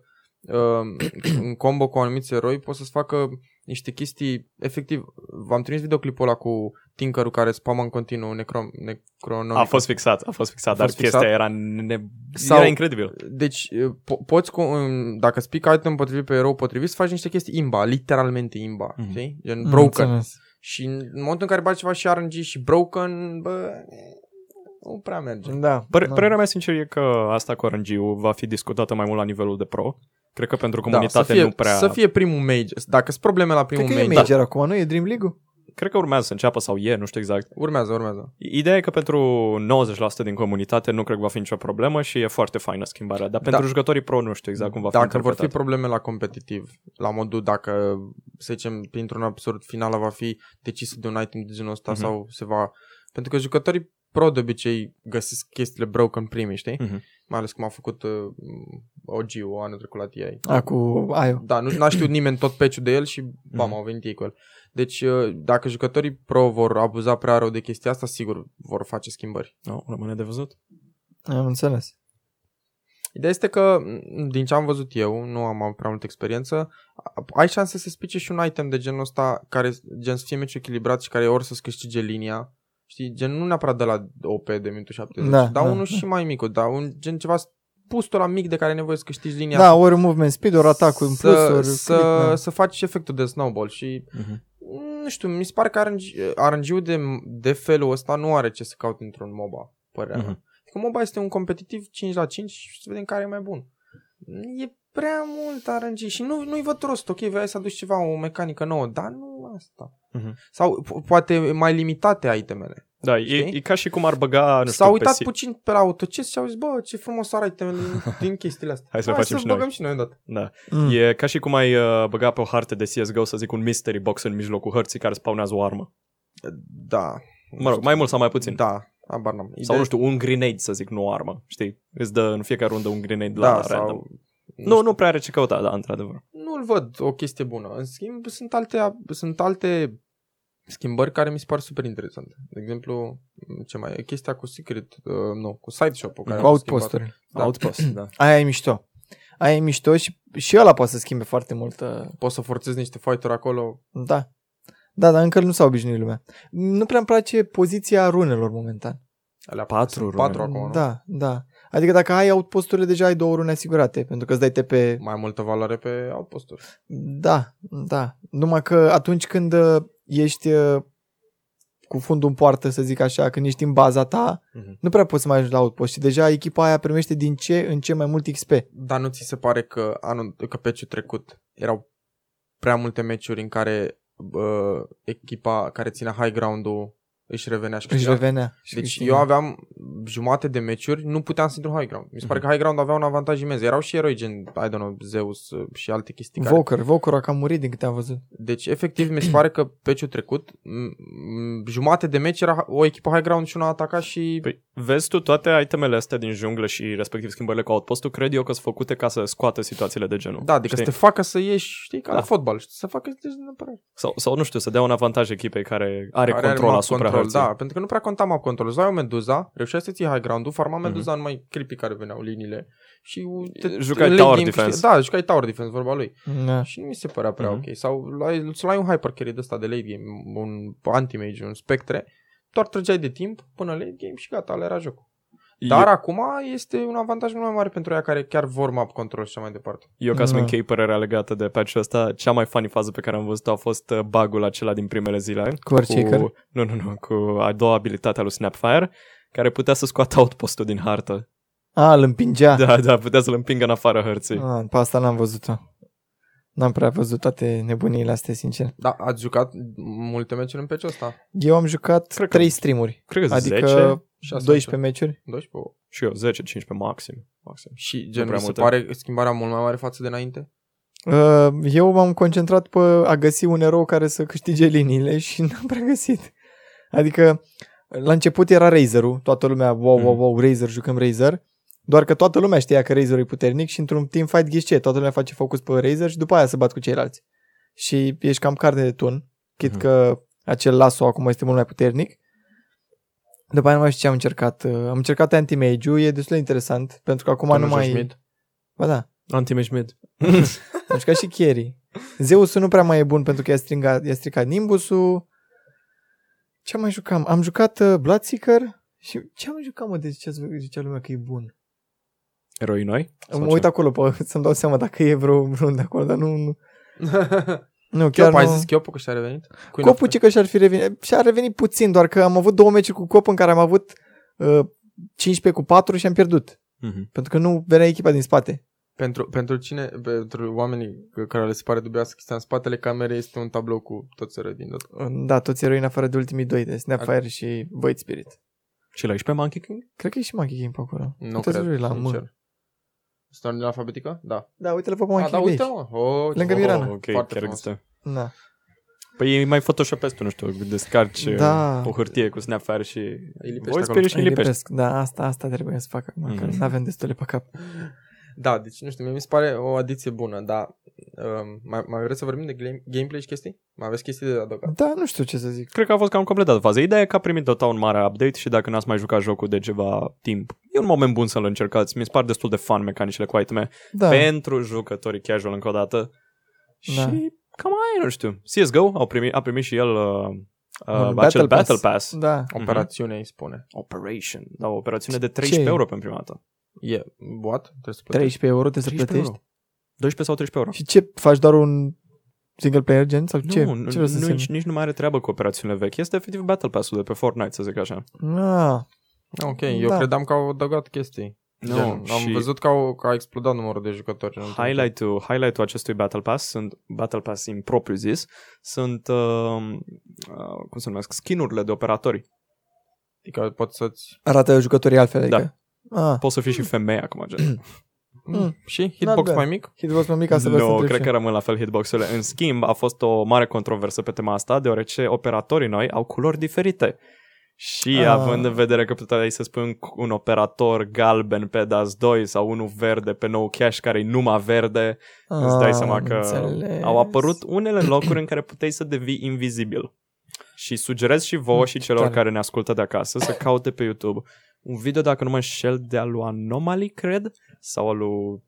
Speaker 1: uh, în combo cu anumiți eroi, pot să-ți facă niște chestii, efectiv, v-am trimis videoclipul ăla cu Tinkerul care spamă în continuu necrom, necronomic.
Speaker 2: A fost fixat, a fost fixat,
Speaker 1: da. A
Speaker 2: dar
Speaker 1: fost
Speaker 2: chestia
Speaker 1: fixat?
Speaker 2: era ne...
Speaker 1: Sau-
Speaker 2: era incredibil.
Speaker 1: Deci, uh, po- poți cu, um, dacă spic item potrivit pe erou potrivit, să faci niște chestii imba, literalmente imba,
Speaker 2: Mhm.
Speaker 1: mm-hmm. știi? Gen
Speaker 3: Mm,
Speaker 1: broken.
Speaker 3: înțeles.
Speaker 1: Și în momentul în care bagi ceva și RNG și broken, bă, nu prea merge.
Speaker 3: Da.
Speaker 2: Păr-
Speaker 3: da.
Speaker 2: Părerea mea sincer e că asta cu RNG-ul va fi discutată mai mult la nivelul de pro. Cred că pentru
Speaker 1: da, să
Speaker 2: comunitate
Speaker 1: fie,
Speaker 2: nu prea...
Speaker 1: Să fie primul major. Dacă sunt probleme la primul
Speaker 3: Cred că e
Speaker 1: major,
Speaker 3: major da. acum, nu? E Dream League-ul?
Speaker 2: Cred că urmează să înceapă sau e, nu știu exact.
Speaker 1: Da. urmează, urmează.
Speaker 2: Ideea e că pentru 90% din comunitate nu cred că va fi nicio problemă și e foarte faină schimbarea, dar pentru
Speaker 1: Da.
Speaker 2: jucătorii pro nu știu exact cum va fi
Speaker 1: dacă vor fi
Speaker 2: interpretată.
Speaker 1: probleme la competitiv, la modul dacă, să zicem, printr-un absurd, finala va fi decisă de un item de genul ăsta
Speaker 2: Mhm.
Speaker 1: sau se va... Pentru că jucătorii pro de obicei găsesc chestiile broken primii, știi?
Speaker 2: Mhm.
Speaker 1: Mai ales cum a făcut uh, OG-ul anul trecut la TI.
Speaker 3: A, Ah, cu Aio.
Speaker 1: Da, nu, n-a știut nimeni tot peciul de el și bam,
Speaker 2: Mhm.
Speaker 1: au venit ei cu el. Deci, uh, dacă jucătorii pro vor abuza prea rău de chestia asta, sigur vor face schimbări.
Speaker 2: Nu, rămâne de văzut.
Speaker 3: Am înțeles.
Speaker 1: Ideea este că, m, din ce am văzut eu, nu am avut prea multă experiență, a- ai șanse să spice și un item de genul ăsta care gen să fie meci echilibrat și care ori să-ți câștige linia, știi, gen nu neapărat de la OP de minutul 70,
Speaker 3: Da,
Speaker 1: da, dar
Speaker 3: da.
Speaker 1: unul și mai mic, dar un gen ceva pustul la mic de care ai nevoie să câștigi linia.
Speaker 3: Da, ori movement speed, ori atac în plus,
Speaker 1: să,
Speaker 3: ori
Speaker 1: să,
Speaker 3: click, da.
Speaker 1: să faci efectul de snowball și
Speaker 2: Mhm.
Speaker 1: nu știu, mi se pare că RNG, RNG-ul de, de felul ăsta nu are ce să caute într-un MOBA, părerea mea.
Speaker 2: Mhm.
Speaker 1: Că MOBA este un competitiv 5 la 5 și să vedem care e mai bun. E prea mult arângi și nu, nu-i văd rost. Ok, vrei să aduci ceva, o mecanică nouă, dar nu asta.
Speaker 2: Mhm.
Speaker 1: Sau po- poate mai limitate itemele.
Speaker 2: Da, e,
Speaker 1: Știi?
Speaker 2: e ca și cum ar băga, nu știu,
Speaker 1: S-au
Speaker 2: pe
Speaker 1: uitat
Speaker 2: si-
Speaker 1: puțin pe la autoces și au zis, bă, ce frumos ar itemele din, din chestiile astea.
Speaker 2: Hai să le facem
Speaker 1: să
Speaker 2: și noi.
Speaker 1: băgăm și noi odată.
Speaker 2: Da.
Speaker 3: Mm.
Speaker 1: Hmm.
Speaker 2: E ca și cum ai uh, băga pe o hartă de CSGO, să zic, un mystery box în mijlocul hărții care spawnează o armă.
Speaker 1: Da.
Speaker 2: Mă rog, mai mult sau mai puțin.
Speaker 1: Da, abar n-am.
Speaker 2: Sau, nu știu, un grenade, să zic, nu o armă. Știi? Îți dă în fiecare rundă un grenade la
Speaker 1: da,
Speaker 2: random.
Speaker 1: sau...
Speaker 2: Nu, nu prea are ce căuta, da, într-adevăr.
Speaker 1: nu-l văd o chestie bună. În schimb, sunt alte, sunt alte schimbări care mi se par super interesante. De exemplu, ce mai e? Chestia cu Secret, uh, nu, cu Side Shop-ul. care
Speaker 3: Cu
Speaker 1: au schimbat.
Speaker 3: outposturile.
Speaker 1: Da.
Speaker 2: Outpost, da.
Speaker 3: Aia e mișto. Aia e mișto și, și ăla poate să schimbe foarte mult. uh,
Speaker 1: Poți să forțezi niște fighter acolo.
Speaker 3: Da. Da, dar încă nu s-a obișnuit lumea. Nu prea îmi place poziția runelor momentan.
Speaker 1: Alea
Speaker 2: Patru
Speaker 1: sunt
Speaker 2: rune.
Speaker 1: patru acolo, da.
Speaker 3: Da, da. Adică dacă ai outposturile, deja ai două rune asigurate, pentru că îți dai TP.
Speaker 1: nu? Mai multă valoare pe outposturi.
Speaker 3: Da, da. Numai că atunci când uh, ești uh, cu fundul în poartă, să zic așa, când ești în baza ta,
Speaker 2: Mhm.
Speaker 3: nu prea poți să mai ajungi la outpost și deja echipa aia primește din ce în ce mai mult XP.
Speaker 1: Dar nu ți se pare că, anul, că peciul trecut erau prea multe meciuri în care uh, echipa care ținea high ground-ul își revenea și
Speaker 3: Își
Speaker 1: câștiga?
Speaker 3: revenea. și
Speaker 1: Deci
Speaker 3: câștiga.
Speaker 1: eu aveam jumate de meciuri, nu puteam să intru în high ground. Mi se pare
Speaker 2: Mhm.
Speaker 1: că high ground avea un avantaj imens. Erau și eroi gen, I don't know, Zeus uh, și alte chestii. Care...
Speaker 3: Voker, Voker a cam murit din câte am văzut.
Speaker 1: Deci, efectiv, mi se pare că peciul trecut, m- m- jumate de meci era o echipă high ground și una ataca și...
Speaker 2: Păi, vezi tu, toate itemele astea din junglă și respectiv schimbările cu outpostul, cred eu că sunt făcute ca să scoată situațiile de genul.
Speaker 1: da, adică să
Speaker 2: Știi?
Speaker 1: te facă să ieși, știi, ca da. la
Speaker 2: Da.
Speaker 1: fotbal, știi, să facă deci, să te ieși din apărare.
Speaker 2: sau, sau, nu știu, să dea un avantaj echipei care are,
Speaker 1: Care
Speaker 2: control
Speaker 1: map
Speaker 2: asupra
Speaker 1: control,
Speaker 2: hărții.
Speaker 1: Da, pentru că nu prea conta map control. Zai o meduza, reușeai să ții high ground-ul, farma
Speaker 2: Mhm.
Speaker 1: meduza mm-hmm. numai creepii care veneau liniile și te,
Speaker 2: Jucai
Speaker 1: late
Speaker 2: tower
Speaker 1: game
Speaker 2: defense.
Speaker 1: câștigi- Da, jucai tower defense, vorba lui.
Speaker 3: Da.
Speaker 1: Și nu mi se părea prea
Speaker 2: Mhm.
Speaker 1: ok. Sau luai, îți luai un hyper carry de ăsta de late game, un anti-mage, un spectre, doar trăgeai de timp până late game și gata, ăla era jocul. Dar
Speaker 2: Eu,
Speaker 1: acum este un avantaj mult mai mare pentru ea care chiar vor map control și așa mai departe.
Speaker 2: eu, ca să-mi
Speaker 3: Da.
Speaker 2: închei părerea legată de patch-ul ăsta, cea mai funny fază pe care am văzut-o a fost uh, bug-ul acela din primele zile.
Speaker 3: Cu Arceker.
Speaker 2: Cu, nu, nu, nu, cu a doua abilitate a lui Snapfire, care putea să scoată outpostul din hartă.
Speaker 3: A, îl împingea.
Speaker 1: Ah.
Speaker 3: Da.
Speaker 2: Da, da, putea să-l împingă în afara hărții.
Speaker 3: A, pe asta n-am văzut-o. N-am prea văzut toate nebuniile astea, sincer.
Speaker 1: Da, ați jucat multe meciuri în peciul ăsta?
Speaker 3: Eu am jucat
Speaker 2: Cred
Speaker 3: Cred
Speaker 2: că-
Speaker 3: 3 streamuri.
Speaker 2: Cred că
Speaker 3: Adică
Speaker 2: 10
Speaker 1: șase
Speaker 3: 12 meciuri.
Speaker 1: 12?
Speaker 2: și eu, 10-15 maxim. maxim.
Speaker 1: Și gen,
Speaker 2: prea
Speaker 1: mi se
Speaker 2: multe.
Speaker 1: pare schimbarea mult mai mare față de înainte?
Speaker 3: Uh, Eu m-am concentrat pe a găsi un erou care să câștige liniile și n-am prea găsit. Adică la început era Razer-ul, toată lumea, wow, wow,
Speaker 2: Mhm.
Speaker 3: wow, Razer, jucăm Razer. Doar că toată lumea știa că Razer e puternic și într-un team fight ghiși ce, toată lumea face focus pe Razer și după aia se bat cu ceilalți. Și ești cam carne de tun, chit
Speaker 2: Mhm.
Speaker 3: că acel lasso acum este mult mai puternic. După aia nu mai știu ce am încercat. Uh, Am încercat anti-mage-ul, e destul de interesant, pentru că acum
Speaker 1: Tu
Speaker 3: nu
Speaker 1: joci
Speaker 3: mai...
Speaker 1: mid?
Speaker 3: Ba da,
Speaker 2: Anti-match mid.
Speaker 3: deci ca și Kerry. Zeusul nu prea mai e bun pentru că i-a, stringat, i-a stricat Nimbus-ul. Ce mai jucam? Am jucat uh, Bloodseeker și ce am jucat, mă, de ce zicea lumea că e bun?
Speaker 2: Eroi noi?
Speaker 3: Sau
Speaker 2: Sau
Speaker 3: mă
Speaker 2: ce?
Speaker 3: uit acolo pe, să-mi dau seama dacă e vreo vreun de acolo, dar nu... Nu, nu chiar
Speaker 1: Chiop, Păi, ai
Speaker 3: nu.
Speaker 1: zis Chiopu că și-a revenit? Queen of
Speaker 3: Copul ce că și-ar fi revenit, și-a revenit puțin, doar că am avut două meciuri cu cop în care am avut uh, 15 cu 4 și am pierdut.
Speaker 2: Mhm.
Speaker 3: Pentru că nu venea echipa din spate.
Speaker 1: Pentru, pentru cine, pentru oamenii care le se pare dubioasă chestia în spatele camerei este un tablou cu toți eroi din tot.
Speaker 3: Uh, Da, toți eroi în afară de ultimii doi, de Snapfire și Void Spirit.
Speaker 2: Și la ești pe Monkey King?
Speaker 3: Cred că e și Monkey Game pe acolo.
Speaker 1: Nu
Speaker 3: Uite-ți lui
Speaker 1: cred.
Speaker 3: la
Speaker 1: sincer.
Speaker 3: mână.
Speaker 1: Sunt în ordine alfabetică? Da.
Speaker 3: Da, uite-l pe
Speaker 1: A,
Speaker 3: Monkey
Speaker 1: da,
Speaker 3: Game.
Speaker 1: uite mă. Oh,
Speaker 3: Lângă
Speaker 1: oh,
Speaker 3: Mirana.
Speaker 2: ok,
Speaker 1: Foarte
Speaker 2: chiar
Speaker 1: frumos.
Speaker 2: există.
Speaker 3: Da.
Speaker 2: Păi mai photoshopezi tu, nu știu, descarci um,
Speaker 3: Da.
Speaker 2: o hârtie cu Snapfire și...
Speaker 1: Îi lipești
Speaker 2: Voi
Speaker 1: acolo.
Speaker 2: spiri și îi lipești.
Speaker 3: Lipesc. Da, asta, asta trebuie să fac acum, că
Speaker 2: Mhm.
Speaker 3: nu avem destule pe cap.
Speaker 1: Da, deci nu știu, mie mi se pare o adiție bună, dar um, mai, mai vreți să vorbim de game- gameplay și chestii? Mai aveți chestii de adăugat?
Speaker 3: Da, nu știu ce să zic.
Speaker 2: Cred că a fost cam completat faza. Ideea e că a primit Dota un mare update și dacă n-ați mai jucat jocul de ceva timp, e un moment bun să-l încercați. Mi se par destul de fun mecanicile cu iteme
Speaker 3: Da,
Speaker 2: pentru jucătorii casual încă o dată. Și
Speaker 3: Da.
Speaker 2: cam aia, nu știu. CSGO au primit, a primit și el uh, uh,
Speaker 3: Un
Speaker 2: acel
Speaker 3: Battle
Speaker 2: Battle
Speaker 3: Pass.
Speaker 2: Pass.
Speaker 3: da.
Speaker 2: Mhm.
Speaker 1: Operațiune îi spune.
Speaker 2: Operation. Da, o operațiune de 13
Speaker 3: Ce?
Speaker 2: euro pentru prima dată.
Speaker 1: E boat? Trebuie să plătești?
Speaker 3: 13 euro trebuie să
Speaker 2: 13
Speaker 3: plătești.
Speaker 2: euro. 12 sau 13 euro.
Speaker 3: Și ce, faci doar un single player gen? Sau ce?
Speaker 2: Nu, nu,
Speaker 3: ce
Speaker 2: nu,
Speaker 3: vreau să
Speaker 2: nici, nici nu mai are treabă cu operațiunile vechi. Este efectiv Battle Pass-ul de pe Fortnite, să zic așa.
Speaker 3: Ah,
Speaker 1: Ah, Ok, eu
Speaker 3: Da.
Speaker 1: credeam că au adăugat chestii. Nu,
Speaker 2: Gen,
Speaker 1: am
Speaker 2: și-
Speaker 1: văzut că, au, că a explodat numărul de jucători. în ultimul timp.
Speaker 2: Highlight-ul, highlight-ul acestui Battle Pass, sunt, Battle Pass în propriu zis, sunt, uh, uh, cum se numesc, skin-urile de operatori.
Speaker 1: Adică poți să-ți...
Speaker 3: Arată jucătorii altfel, adică. Da. Ah,
Speaker 2: Poți să fii și femeie acum, gen.
Speaker 1: Mm. Și
Speaker 3: Not
Speaker 1: hitbox
Speaker 3: bad.
Speaker 1: mai mic?
Speaker 3: hitbox mai mic ca să vezi să
Speaker 2: nu,
Speaker 3: întreb
Speaker 2: cred
Speaker 3: și
Speaker 2: că rămân la fel hitbox-urile. În schimb, a fost o mare controversă pe tema asta, deoarece operatorii noi au culori diferite. Și
Speaker 3: Ah.
Speaker 2: ah. având în vedere că puteai să spui un, un operator galben pe DAS 2 sau unul verde pe nou cash care e numai verde,
Speaker 3: eu.
Speaker 2: ah, îți dai
Speaker 3: Ah,
Speaker 2: seama că
Speaker 3: înțeles.
Speaker 2: au apărut unele locuri în care puteai să devii invizibil. Și sugerez și vouă și celor
Speaker 1: tare.
Speaker 2: care ne ascultă de acasă să caute pe YouTube un video, dacă nu mă înșel, de al lui Anomaly, cred, sau al lui...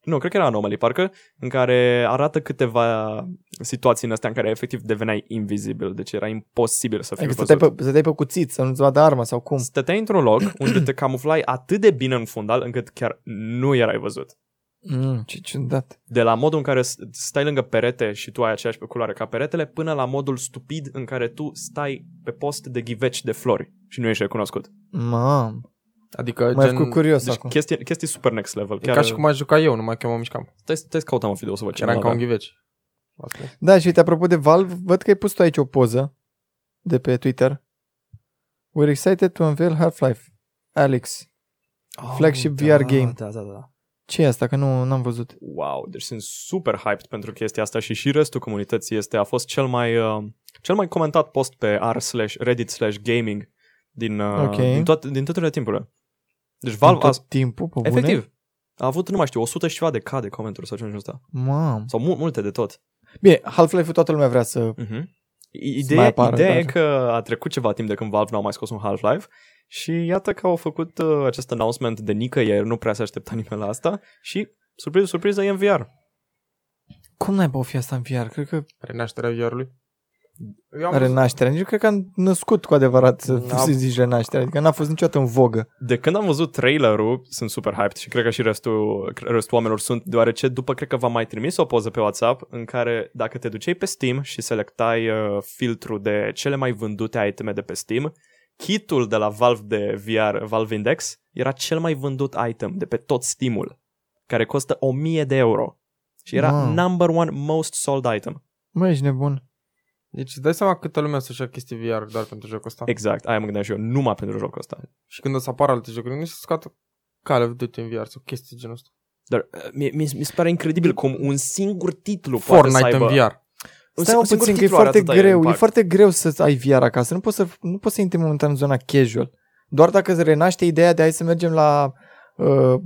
Speaker 2: Nu, cred că era Anomaly, parcă, în care arată câteva situații în astea în care efectiv deveneai invizibil, deci era imposibil să fii
Speaker 3: Adică să
Speaker 2: văzut.
Speaker 3: dai, pe, să dai pe cuțit, să nu-ți vadă arma sau cum.
Speaker 2: Stăteai într-un loc unde te camuflai atât de bine în fundal încât chiar nu erai văzut
Speaker 3: Mm, ce ciudat.
Speaker 2: de la modul în care s- stai lângă perete și tu ai aceeași culoare ca peretele, până la modul stupid în care tu stai pe post de ghiveci de flori și nu ești recunoscut.
Speaker 3: Mam.
Speaker 1: Adică
Speaker 3: Mai
Speaker 1: gen...
Speaker 3: făcut curios
Speaker 2: Deci
Speaker 3: acum.
Speaker 2: chestii, chestii super next level.
Speaker 1: E
Speaker 2: Chiar,
Speaker 1: ca și cum aș juca eu, numai că eu mă mișcam.
Speaker 2: Stai, stai să căutăm un video să văd ce
Speaker 1: Eram ca un
Speaker 2: avea.
Speaker 1: ghiveci.
Speaker 3: Da, și uite, apropo de Valve, văd că ai pus tu aici o poză de pe Twitter. We're excited to unveil Half-Life. Alex. flagship
Speaker 2: da,
Speaker 3: VR game.
Speaker 2: Da, da, da.
Speaker 3: ce e asta? Că nu n-am văzut.
Speaker 2: Wow, deci sunt super hyped pentru chestia asta și și restul comunității este, a fost cel mai, uh, cel mai comentat post pe r slash reddit slash gaming din, uh,
Speaker 3: Ok.
Speaker 2: din, toate, din toate timpurile. Deci Valve a,
Speaker 3: În tot timpul, pe bune?
Speaker 2: Efectiv. A avut, nu mai știu, 100 și ceva de K de comentarii sau ceva genul ăsta.
Speaker 3: Mam.
Speaker 2: Sau mu- multe de tot.
Speaker 3: Bine, Half-Life-ul toată lumea vrea Mhm. să...
Speaker 2: Uh-huh.
Speaker 3: mai
Speaker 2: Ideea,
Speaker 3: apară, da,
Speaker 2: ideea e
Speaker 3: dar-
Speaker 2: că a trecut ceva timp de când Valve n-au mai scos un Half-Life și iată că au făcut uh, acest announcement de nicăieri, nu prea se aștepta nimeni la asta și, surpriză, surpriză, e în VR.
Speaker 3: Cum n-ai o fi asta în VR? Cred că
Speaker 1: Renașterea VR-ului. Eu am
Speaker 3: are naștere. Nici eu cred că am născut cu adevărat să
Speaker 1: N-a-
Speaker 3: să zici renaștere. Adică n-a fost niciodată în vogă.
Speaker 2: De când am văzut trailerul, sunt super hyped și cred că și restul, cre- restul oamenilor sunt, deoarece după cred că v-am mai trimis o poză pe WhatsApp în care dacă te duceai pe Steam și selectai uh, filtrul de cele mai vândute iteme de pe Steam, kitul de la Valve de VR, Valve Index, era cel mai vândut item de pe tot Steam-ul, care costă 1000 de euro. Și era
Speaker 3: Wow.
Speaker 2: number one most sold item.
Speaker 3: Mă, ești nebun.
Speaker 1: Deci îți dai seama câtă lume să-și ia chestii VR doar pentru jocul ăsta.
Speaker 2: Exact, aia mă gândeam și eu, numai pentru jocul ăsta.
Speaker 1: și când o să apară alte jocuri, nu se scoată Call of Duty în VR sau chestii genul ăsta.
Speaker 2: Dar uh, mi, mi, mi se pare incredibil cum un singur titlu poate să
Speaker 1: Fortnite
Speaker 2: aibă...
Speaker 1: în VR.
Speaker 2: Un
Speaker 3: Stai
Speaker 2: sing-
Speaker 3: mă
Speaker 2: un singur
Speaker 3: puțin, că e
Speaker 2: titlu are
Speaker 3: foarte
Speaker 2: atâta
Speaker 3: greu. E
Speaker 2: impact.
Speaker 3: foarte greu să ai VR acasă. Nu poți să, nu poți să intri momentan în zona casual. Doar dacă îți renaște ideea de hai să mergem la... Uh,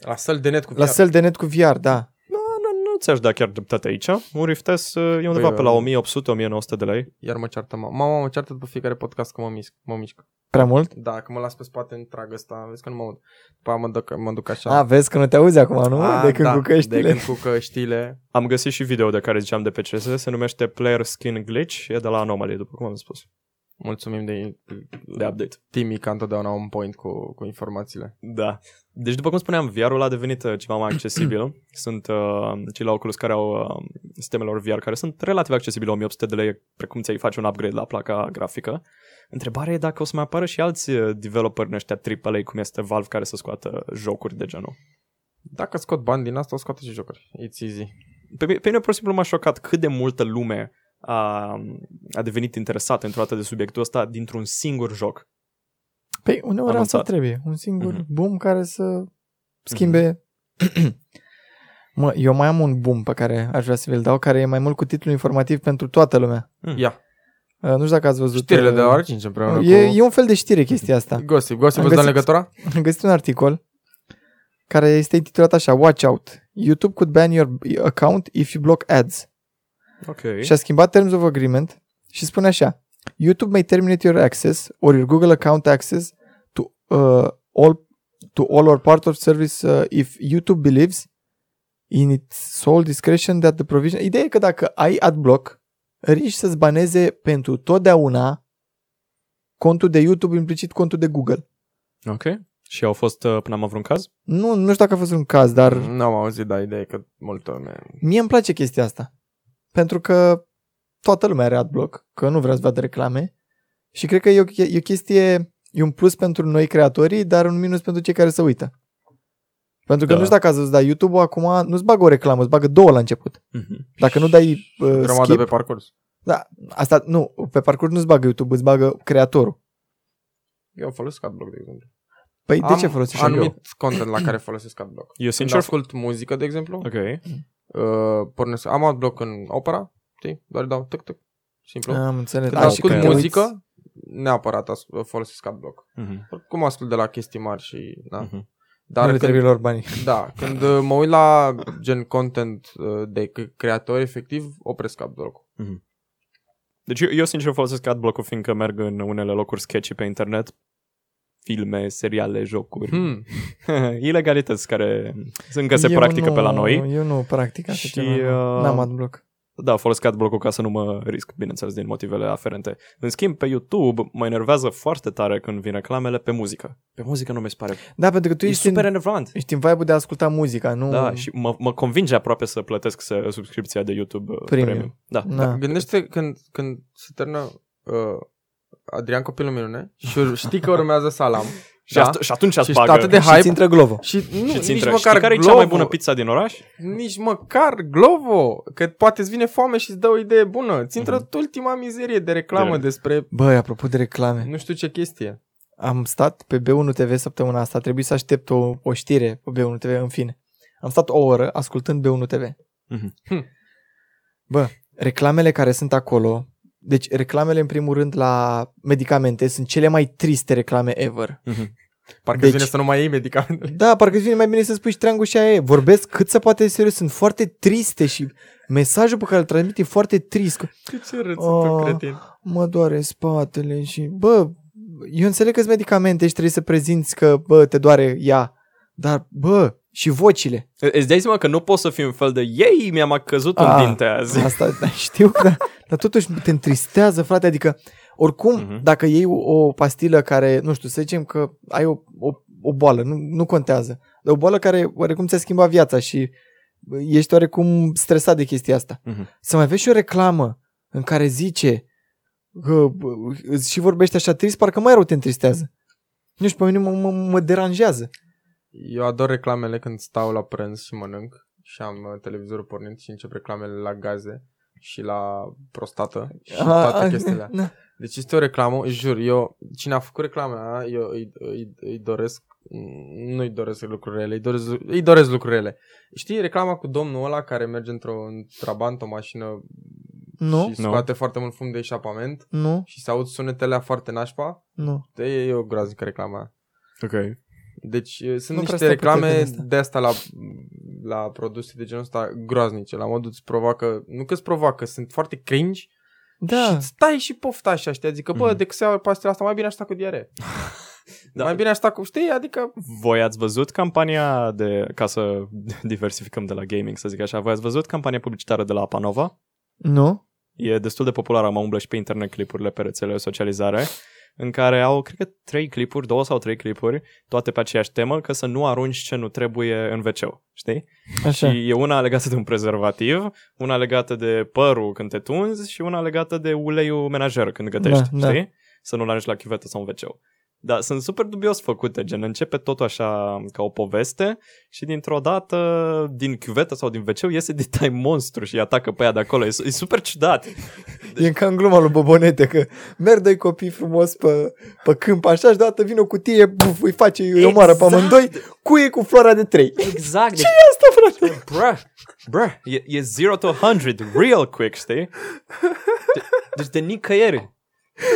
Speaker 1: La săl de net cu VR.
Speaker 3: la săl de net cu VR, da.
Speaker 2: Nu, nu, nu ți-aș da chiar dreptate aici. Un Rift S uh, e undeva
Speaker 1: Păi,
Speaker 2: pe la
Speaker 1: uh,
Speaker 2: 1800-1900 de lei.
Speaker 1: Iar mă ceartă mama. Mama mă ceartă după fiecare podcast că mă, misc, mă mișc.
Speaker 3: Prea mult?
Speaker 1: Da, că mă las pe spate întrag ăsta, vezi că nu mă aud. După aia mă duc, mă duc așa.
Speaker 3: A, vezi că nu te auzi acum, nu? de când
Speaker 1: da,
Speaker 3: cu căștile.
Speaker 1: De când cu căștile.
Speaker 2: Am găsit și video de care ziceam de pe CS, se numește Player Skin Glitch, e de la Anomaly, după cum am spus,
Speaker 1: Mulțumim de,
Speaker 2: de update.
Speaker 1: Timi ca întotdeauna un point cu, cu informațiile.
Speaker 2: Da. Deci, după cum spuneam, VR-ul a devenit uh, ceva mai accesibil. sunt uh, cei la Oculus care au uh, sistemelor VR care sunt relativ accesibile, 1800 de lei, precum ți-ai face un upgrade la placa grafică. Întrebarea e dacă o să mai apară și alți uh, developeri în ăștia AAA, cum este Valve, care să scoată jocuri de genul.
Speaker 1: Dacă scot bani din asta, o scoate și jocuri. It's easy.
Speaker 2: pe, mi- pe mine pur și simplu m-a șocat cât de multă lume a, a devenit interesată într-o dată de subiectul ăsta dintr-un singur joc.
Speaker 3: Păi uneori
Speaker 2: Anunțat.
Speaker 3: asta trebuie. Un singur
Speaker 2: Mhm.
Speaker 3: boom care să schimbe... mă, eu mai am un boom pe care aș vrea să vi-l dau, care e mai mult cu titlu informativ pentru toată lumea.
Speaker 1: Ia,
Speaker 3: Uh, nu știu dacă ați văzut...
Speaker 1: știrile
Speaker 3: uh,
Speaker 1: de la ora 5 împreună
Speaker 3: E,
Speaker 1: cu...
Speaker 3: e un fel de știre chestia asta.
Speaker 1: Gossip, gossip,
Speaker 3: Am
Speaker 1: îți dăm
Speaker 3: găsit.
Speaker 1: legătura?
Speaker 3: Am găsit un articol care este intitulat așa, Watch Out. YouTube could ban your account if you block ads.
Speaker 2: Ok.
Speaker 3: Și a schimbat Terms of Agreement și spune așa YouTube may terminate your access or your Google account access to uh, all to all or part of service uh, if YouTube believes in its sole discretion that the provision... Ideea e că dacă ai adblock, riști să-ți baneze pentru totdeauna contul de YouTube, implicit contul de Google.
Speaker 2: Ok. Și au fost uh, până am avut un caz?
Speaker 3: Nu, nu știu dacă a fost un caz, dar
Speaker 1: N-am auzit, dar ideea e că multă lume...
Speaker 3: Mie îmi place chestia asta. Pentru că toată lumea are adblock, că nu vrea să vadă reclame și cred că e o, e o chestie e un plus pentru noi creatorii, dar un minus pentru cei care se uită. Pentru că
Speaker 2: Da.
Speaker 3: da. nu știu dacă ați văzut, dar YouTube-ul acum nu-ți bagă o reclamă, îți bagă două la început.
Speaker 2: Mhm.
Speaker 3: Dacă nu dai uh,
Speaker 1: Grămadă
Speaker 3: skip,
Speaker 1: pe parcurs.
Speaker 3: da, asta nu, pe parcurs nu-ți bagă YouTube, îți bagă creatorul.
Speaker 1: Eu folosesc Adblock, de exemplu.
Speaker 3: Păi de
Speaker 1: Am
Speaker 3: ce folosești
Speaker 1: anumit
Speaker 3: anumit...
Speaker 1: eu? content la care folosesc Adblock.
Speaker 2: Eu
Speaker 1: Când
Speaker 3: Da.
Speaker 2: sincer...
Speaker 1: ascult muzică, de exemplu,
Speaker 2: Ok.
Speaker 1: uh, pornesc, am Adblock în Opera, știi? Doar dau tăc, tăc, simplu.
Speaker 3: eu? Am înțeles.
Speaker 1: Când
Speaker 2: da, și
Speaker 1: ascult
Speaker 2: când
Speaker 3: te
Speaker 1: muzică,
Speaker 3: uiți-
Speaker 1: neapărat as- folosesc Adblock.
Speaker 2: Mhm.
Speaker 1: Oricum ascult de la chestii mari și... Da.
Speaker 2: Mhm.
Speaker 1: Dar
Speaker 3: Mm. nu le
Speaker 1: când,
Speaker 3: trebuie lor banii.
Speaker 1: da, când uh, mă uit la gen content uh, de c- creator, efectiv, opresc adblock
Speaker 2: Deci eu, eu sincer folosesc adblock-ul fiindcă merg în unele locuri sketchy pe internet filme, seriale, jocuri.
Speaker 1: hmm.
Speaker 2: Ilegalități care încă se
Speaker 3: Mhm. Eu
Speaker 2: practică
Speaker 3: nu,
Speaker 2: pe la noi.
Speaker 3: Eu nu practic așa
Speaker 2: Și,
Speaker 3: ceva. nu.
Speaker 2: uh,
Speaker 3: N-am adblock.
Speaker 2: Da, folosesc adblock-ul ca să nu mă risc, bineînțeles, din motivele aferente. În schimb, pe YouTube mă enervează foarte tare când vin reclamele pe muzică. Pe muzică nu mi se pare.
Speaker 3: Da, pentru că tu
Speaker 2: e
Speaker 3: ești,
Speaker 2: super
Speaker 3: super... în, Mm.
Speaker 2: enervant.
Speaker 3: ești în vibe de a asculta muzica, nu...
Speaker 2: Da, și mă, mă convinge aproape să plătesc să, subscripția de YouTube uh,
Speaker 3: Premium.
Speaker 2: Premium. Premium.
Speaker 1: Mm.
Speaker 2: Da,
Speaker 3: Na.
Speaker 2: da.
Speaker 1: Gândește când, când se termină uh, Adrian Copilul Minune și ur- știi că urmează Salam.
Speaker 2: Și,
Speaker 1: da?
Speaker 2: at- și atunci
Speaker 1: Și
Speaker 2: îți
Speaker 1: stă
Speaker 2: bagă.
Speaker 1: atât de
Speaker 3: și ți
Speaker 1: hype
Speaker 3: intră glovă.
Speaker 1: și nu,
Speaker 2: și ți
Speaker 1: nici
Speaker 2: intră.
Speaker 1: măcar
Speaker 2: Știi care e
Speaker 1: Glovo,
Speaker 2: cea mai bună pizza din oraș?
Speaker 1: Nici măcar Glovo, că poate îți vine foame și îți dă o idee bună. Ți intră
Speaker 2: Mhm.
Speaker 1: ultima mizerie de reclamă
Speaker 2: Direct.
Speaker 1: despre
Speaker 3: Băi, apropo de reclame,
Speaker 1: nu știu ce chestie.
Speaker 3: am stat pe B1 TV săptămâna asta, trebuie să aștept o, o știre pe B1 TV, în fine. Am stat o oră ascultând B1 TV.
Speaker 2: Mhm.
Speaker 1: Hm.
Speaker 3: Bă, reclamele care sunt acolo, deci reclamele în primul rând la medicamente sunt cele mai triste reclame ever.
Speaker 2: Mhm.
Speaker 1: Parcă deci...
Speaker 3: Deci-
Speaker 1: vine să nu mai iei medicamentele.
Speaker 3: Da, parcă îți vine mai bine să spui ștreangul și aia e. Vorbesc cât se poate de serios, sunt foarte triste și mesajul pe care îl transmit e foarte trist.
Speaker 1: De ce râzi
Speaker 3: Oh.
Speaker 1: tu, cretin?
Speaker 3: mă doare spatele și bă, eu înțeleg că medicamente și trebuie să prezinți că bă, te doare ea, dar bă, și vocile.
Speaker 2: Îți dai seama că nu pot să fiu un fel de ei, mi-am căzut
Speaker 3: Ah.
Speaker 2: un dinte azi.
Speaker 3: Asta da, știu, dar, dar totuși te întristează, frate, adică oricum,
Speaker 2: Mhm.
Speaker 3: uh-huh. dacă iei o pastilă care, nu știu, să zicem că ai o, o, o boală, nu, nu contează, dar o boală care oarecum ți-a schimbat viața și bă, ești oarecum stresat de chestia asta.
Speaker 2: Mhm.
Speaker 3: să mai vezi și o reclamă în care zice că bă, îți și vorbește așa trist, parcă mai rău te întristează. Nu știu, pe mine mă, mă, mă deranjează.
Speaker 1: Eu ador reclamele când stau la prânz și mănânc și am uh, televizorul pornit și încep reclamele la gaze și la prostată și
Speaker 2: Ah,
Speaker 3: Ah,
Speaker 1: toate chestiile.
Speaker 3: Na.
Speaker 1: Deci este o reclamă, jur, eu, cine a făcut reclama aia, eu îi, îi, îi doresc, nu îi doresc lucruri rele, îi doresc, îi doresc lucruri rele. Știi reclama cu domnul ăla care merge într-o în trabant, o mașină
Speaker 3: Nu,
Speaker 1: și
Speaker 2: Nu.
Speaker 1: scoate foarte mult fum de eșapament
Speaker 3: nu,
Speaker 1: și se aud sunetele foarte nașpa?
Speaker 3: nu.
Speaker 1: E, e o groaznică reclama aia.
Speaker 2: Ok.
Speaker 1: Deci uh, sunt
Speaker 3: Nu
Speaker 1: niște
Speaker 3: prea stă putere
Speaker 1: reclame
Speaker 3: din asta.
Speaker 1: de asta la, la produse de genul ăsta groaznice, la modul îți provoacă, nu că îți provoacă, sunt foarte cringe
Speaker 3: Da,
Speaker 1: și stai și pofta așa, știi, adică bă,
Speaker 2: Mhm.
Speaker 1: mm. decât să iau pastila asta, mai bine aș sta cu diare.
Speaker 2: Da.
Speaker 1: da. Mai bine aș sta cu, știi, adică
Speaker 2: Voi ați văzut campania de, ca să diversificăm de la gaming, să zic așa, voi ați văzut campania publicitară de la Panova?
Speaker 3: nu.
Speaker 2: E destul de populară, mă umblă și pe internet clipurile pe rețelele socializare, în care au, cred că, trei clipuri, două sau trei clipuri, toate pe aceeași temă, ca să nu arunci ce nu trebuie în wc știi?
Speaker 3: Așa.
Speaker 2: Și e una legată de un prezervativ, una legată de părul când te tunzi și una legată de uleiul menajer când gătești,
Speaker 3: Da, da.
Speaker 2: știi? Să nu-l arunci la chiuvetă sau în wc Da, sunt super dubios făcute, gen începe totul așa ca o poveste și dintr-o dată din chiuvetă sau din wc iese de tai monstru și îi atacă pe ea de acolo. E, su- e super ciudat.
Speaker 3: E ca în gluma lui Bobonete că merg doi copii frumos pe, pe câmp așa și deodată vine o cutie, buf, îi face, îi omoară pe amândoi, cuie cu floarea de trei.
Speaker 2: Exact. Deci,
Speaker 3: Asta, frate.
Speaker 2: bruh, bruh, e, e 0 to 100 real quick, știi? De- Deci de nicăieri.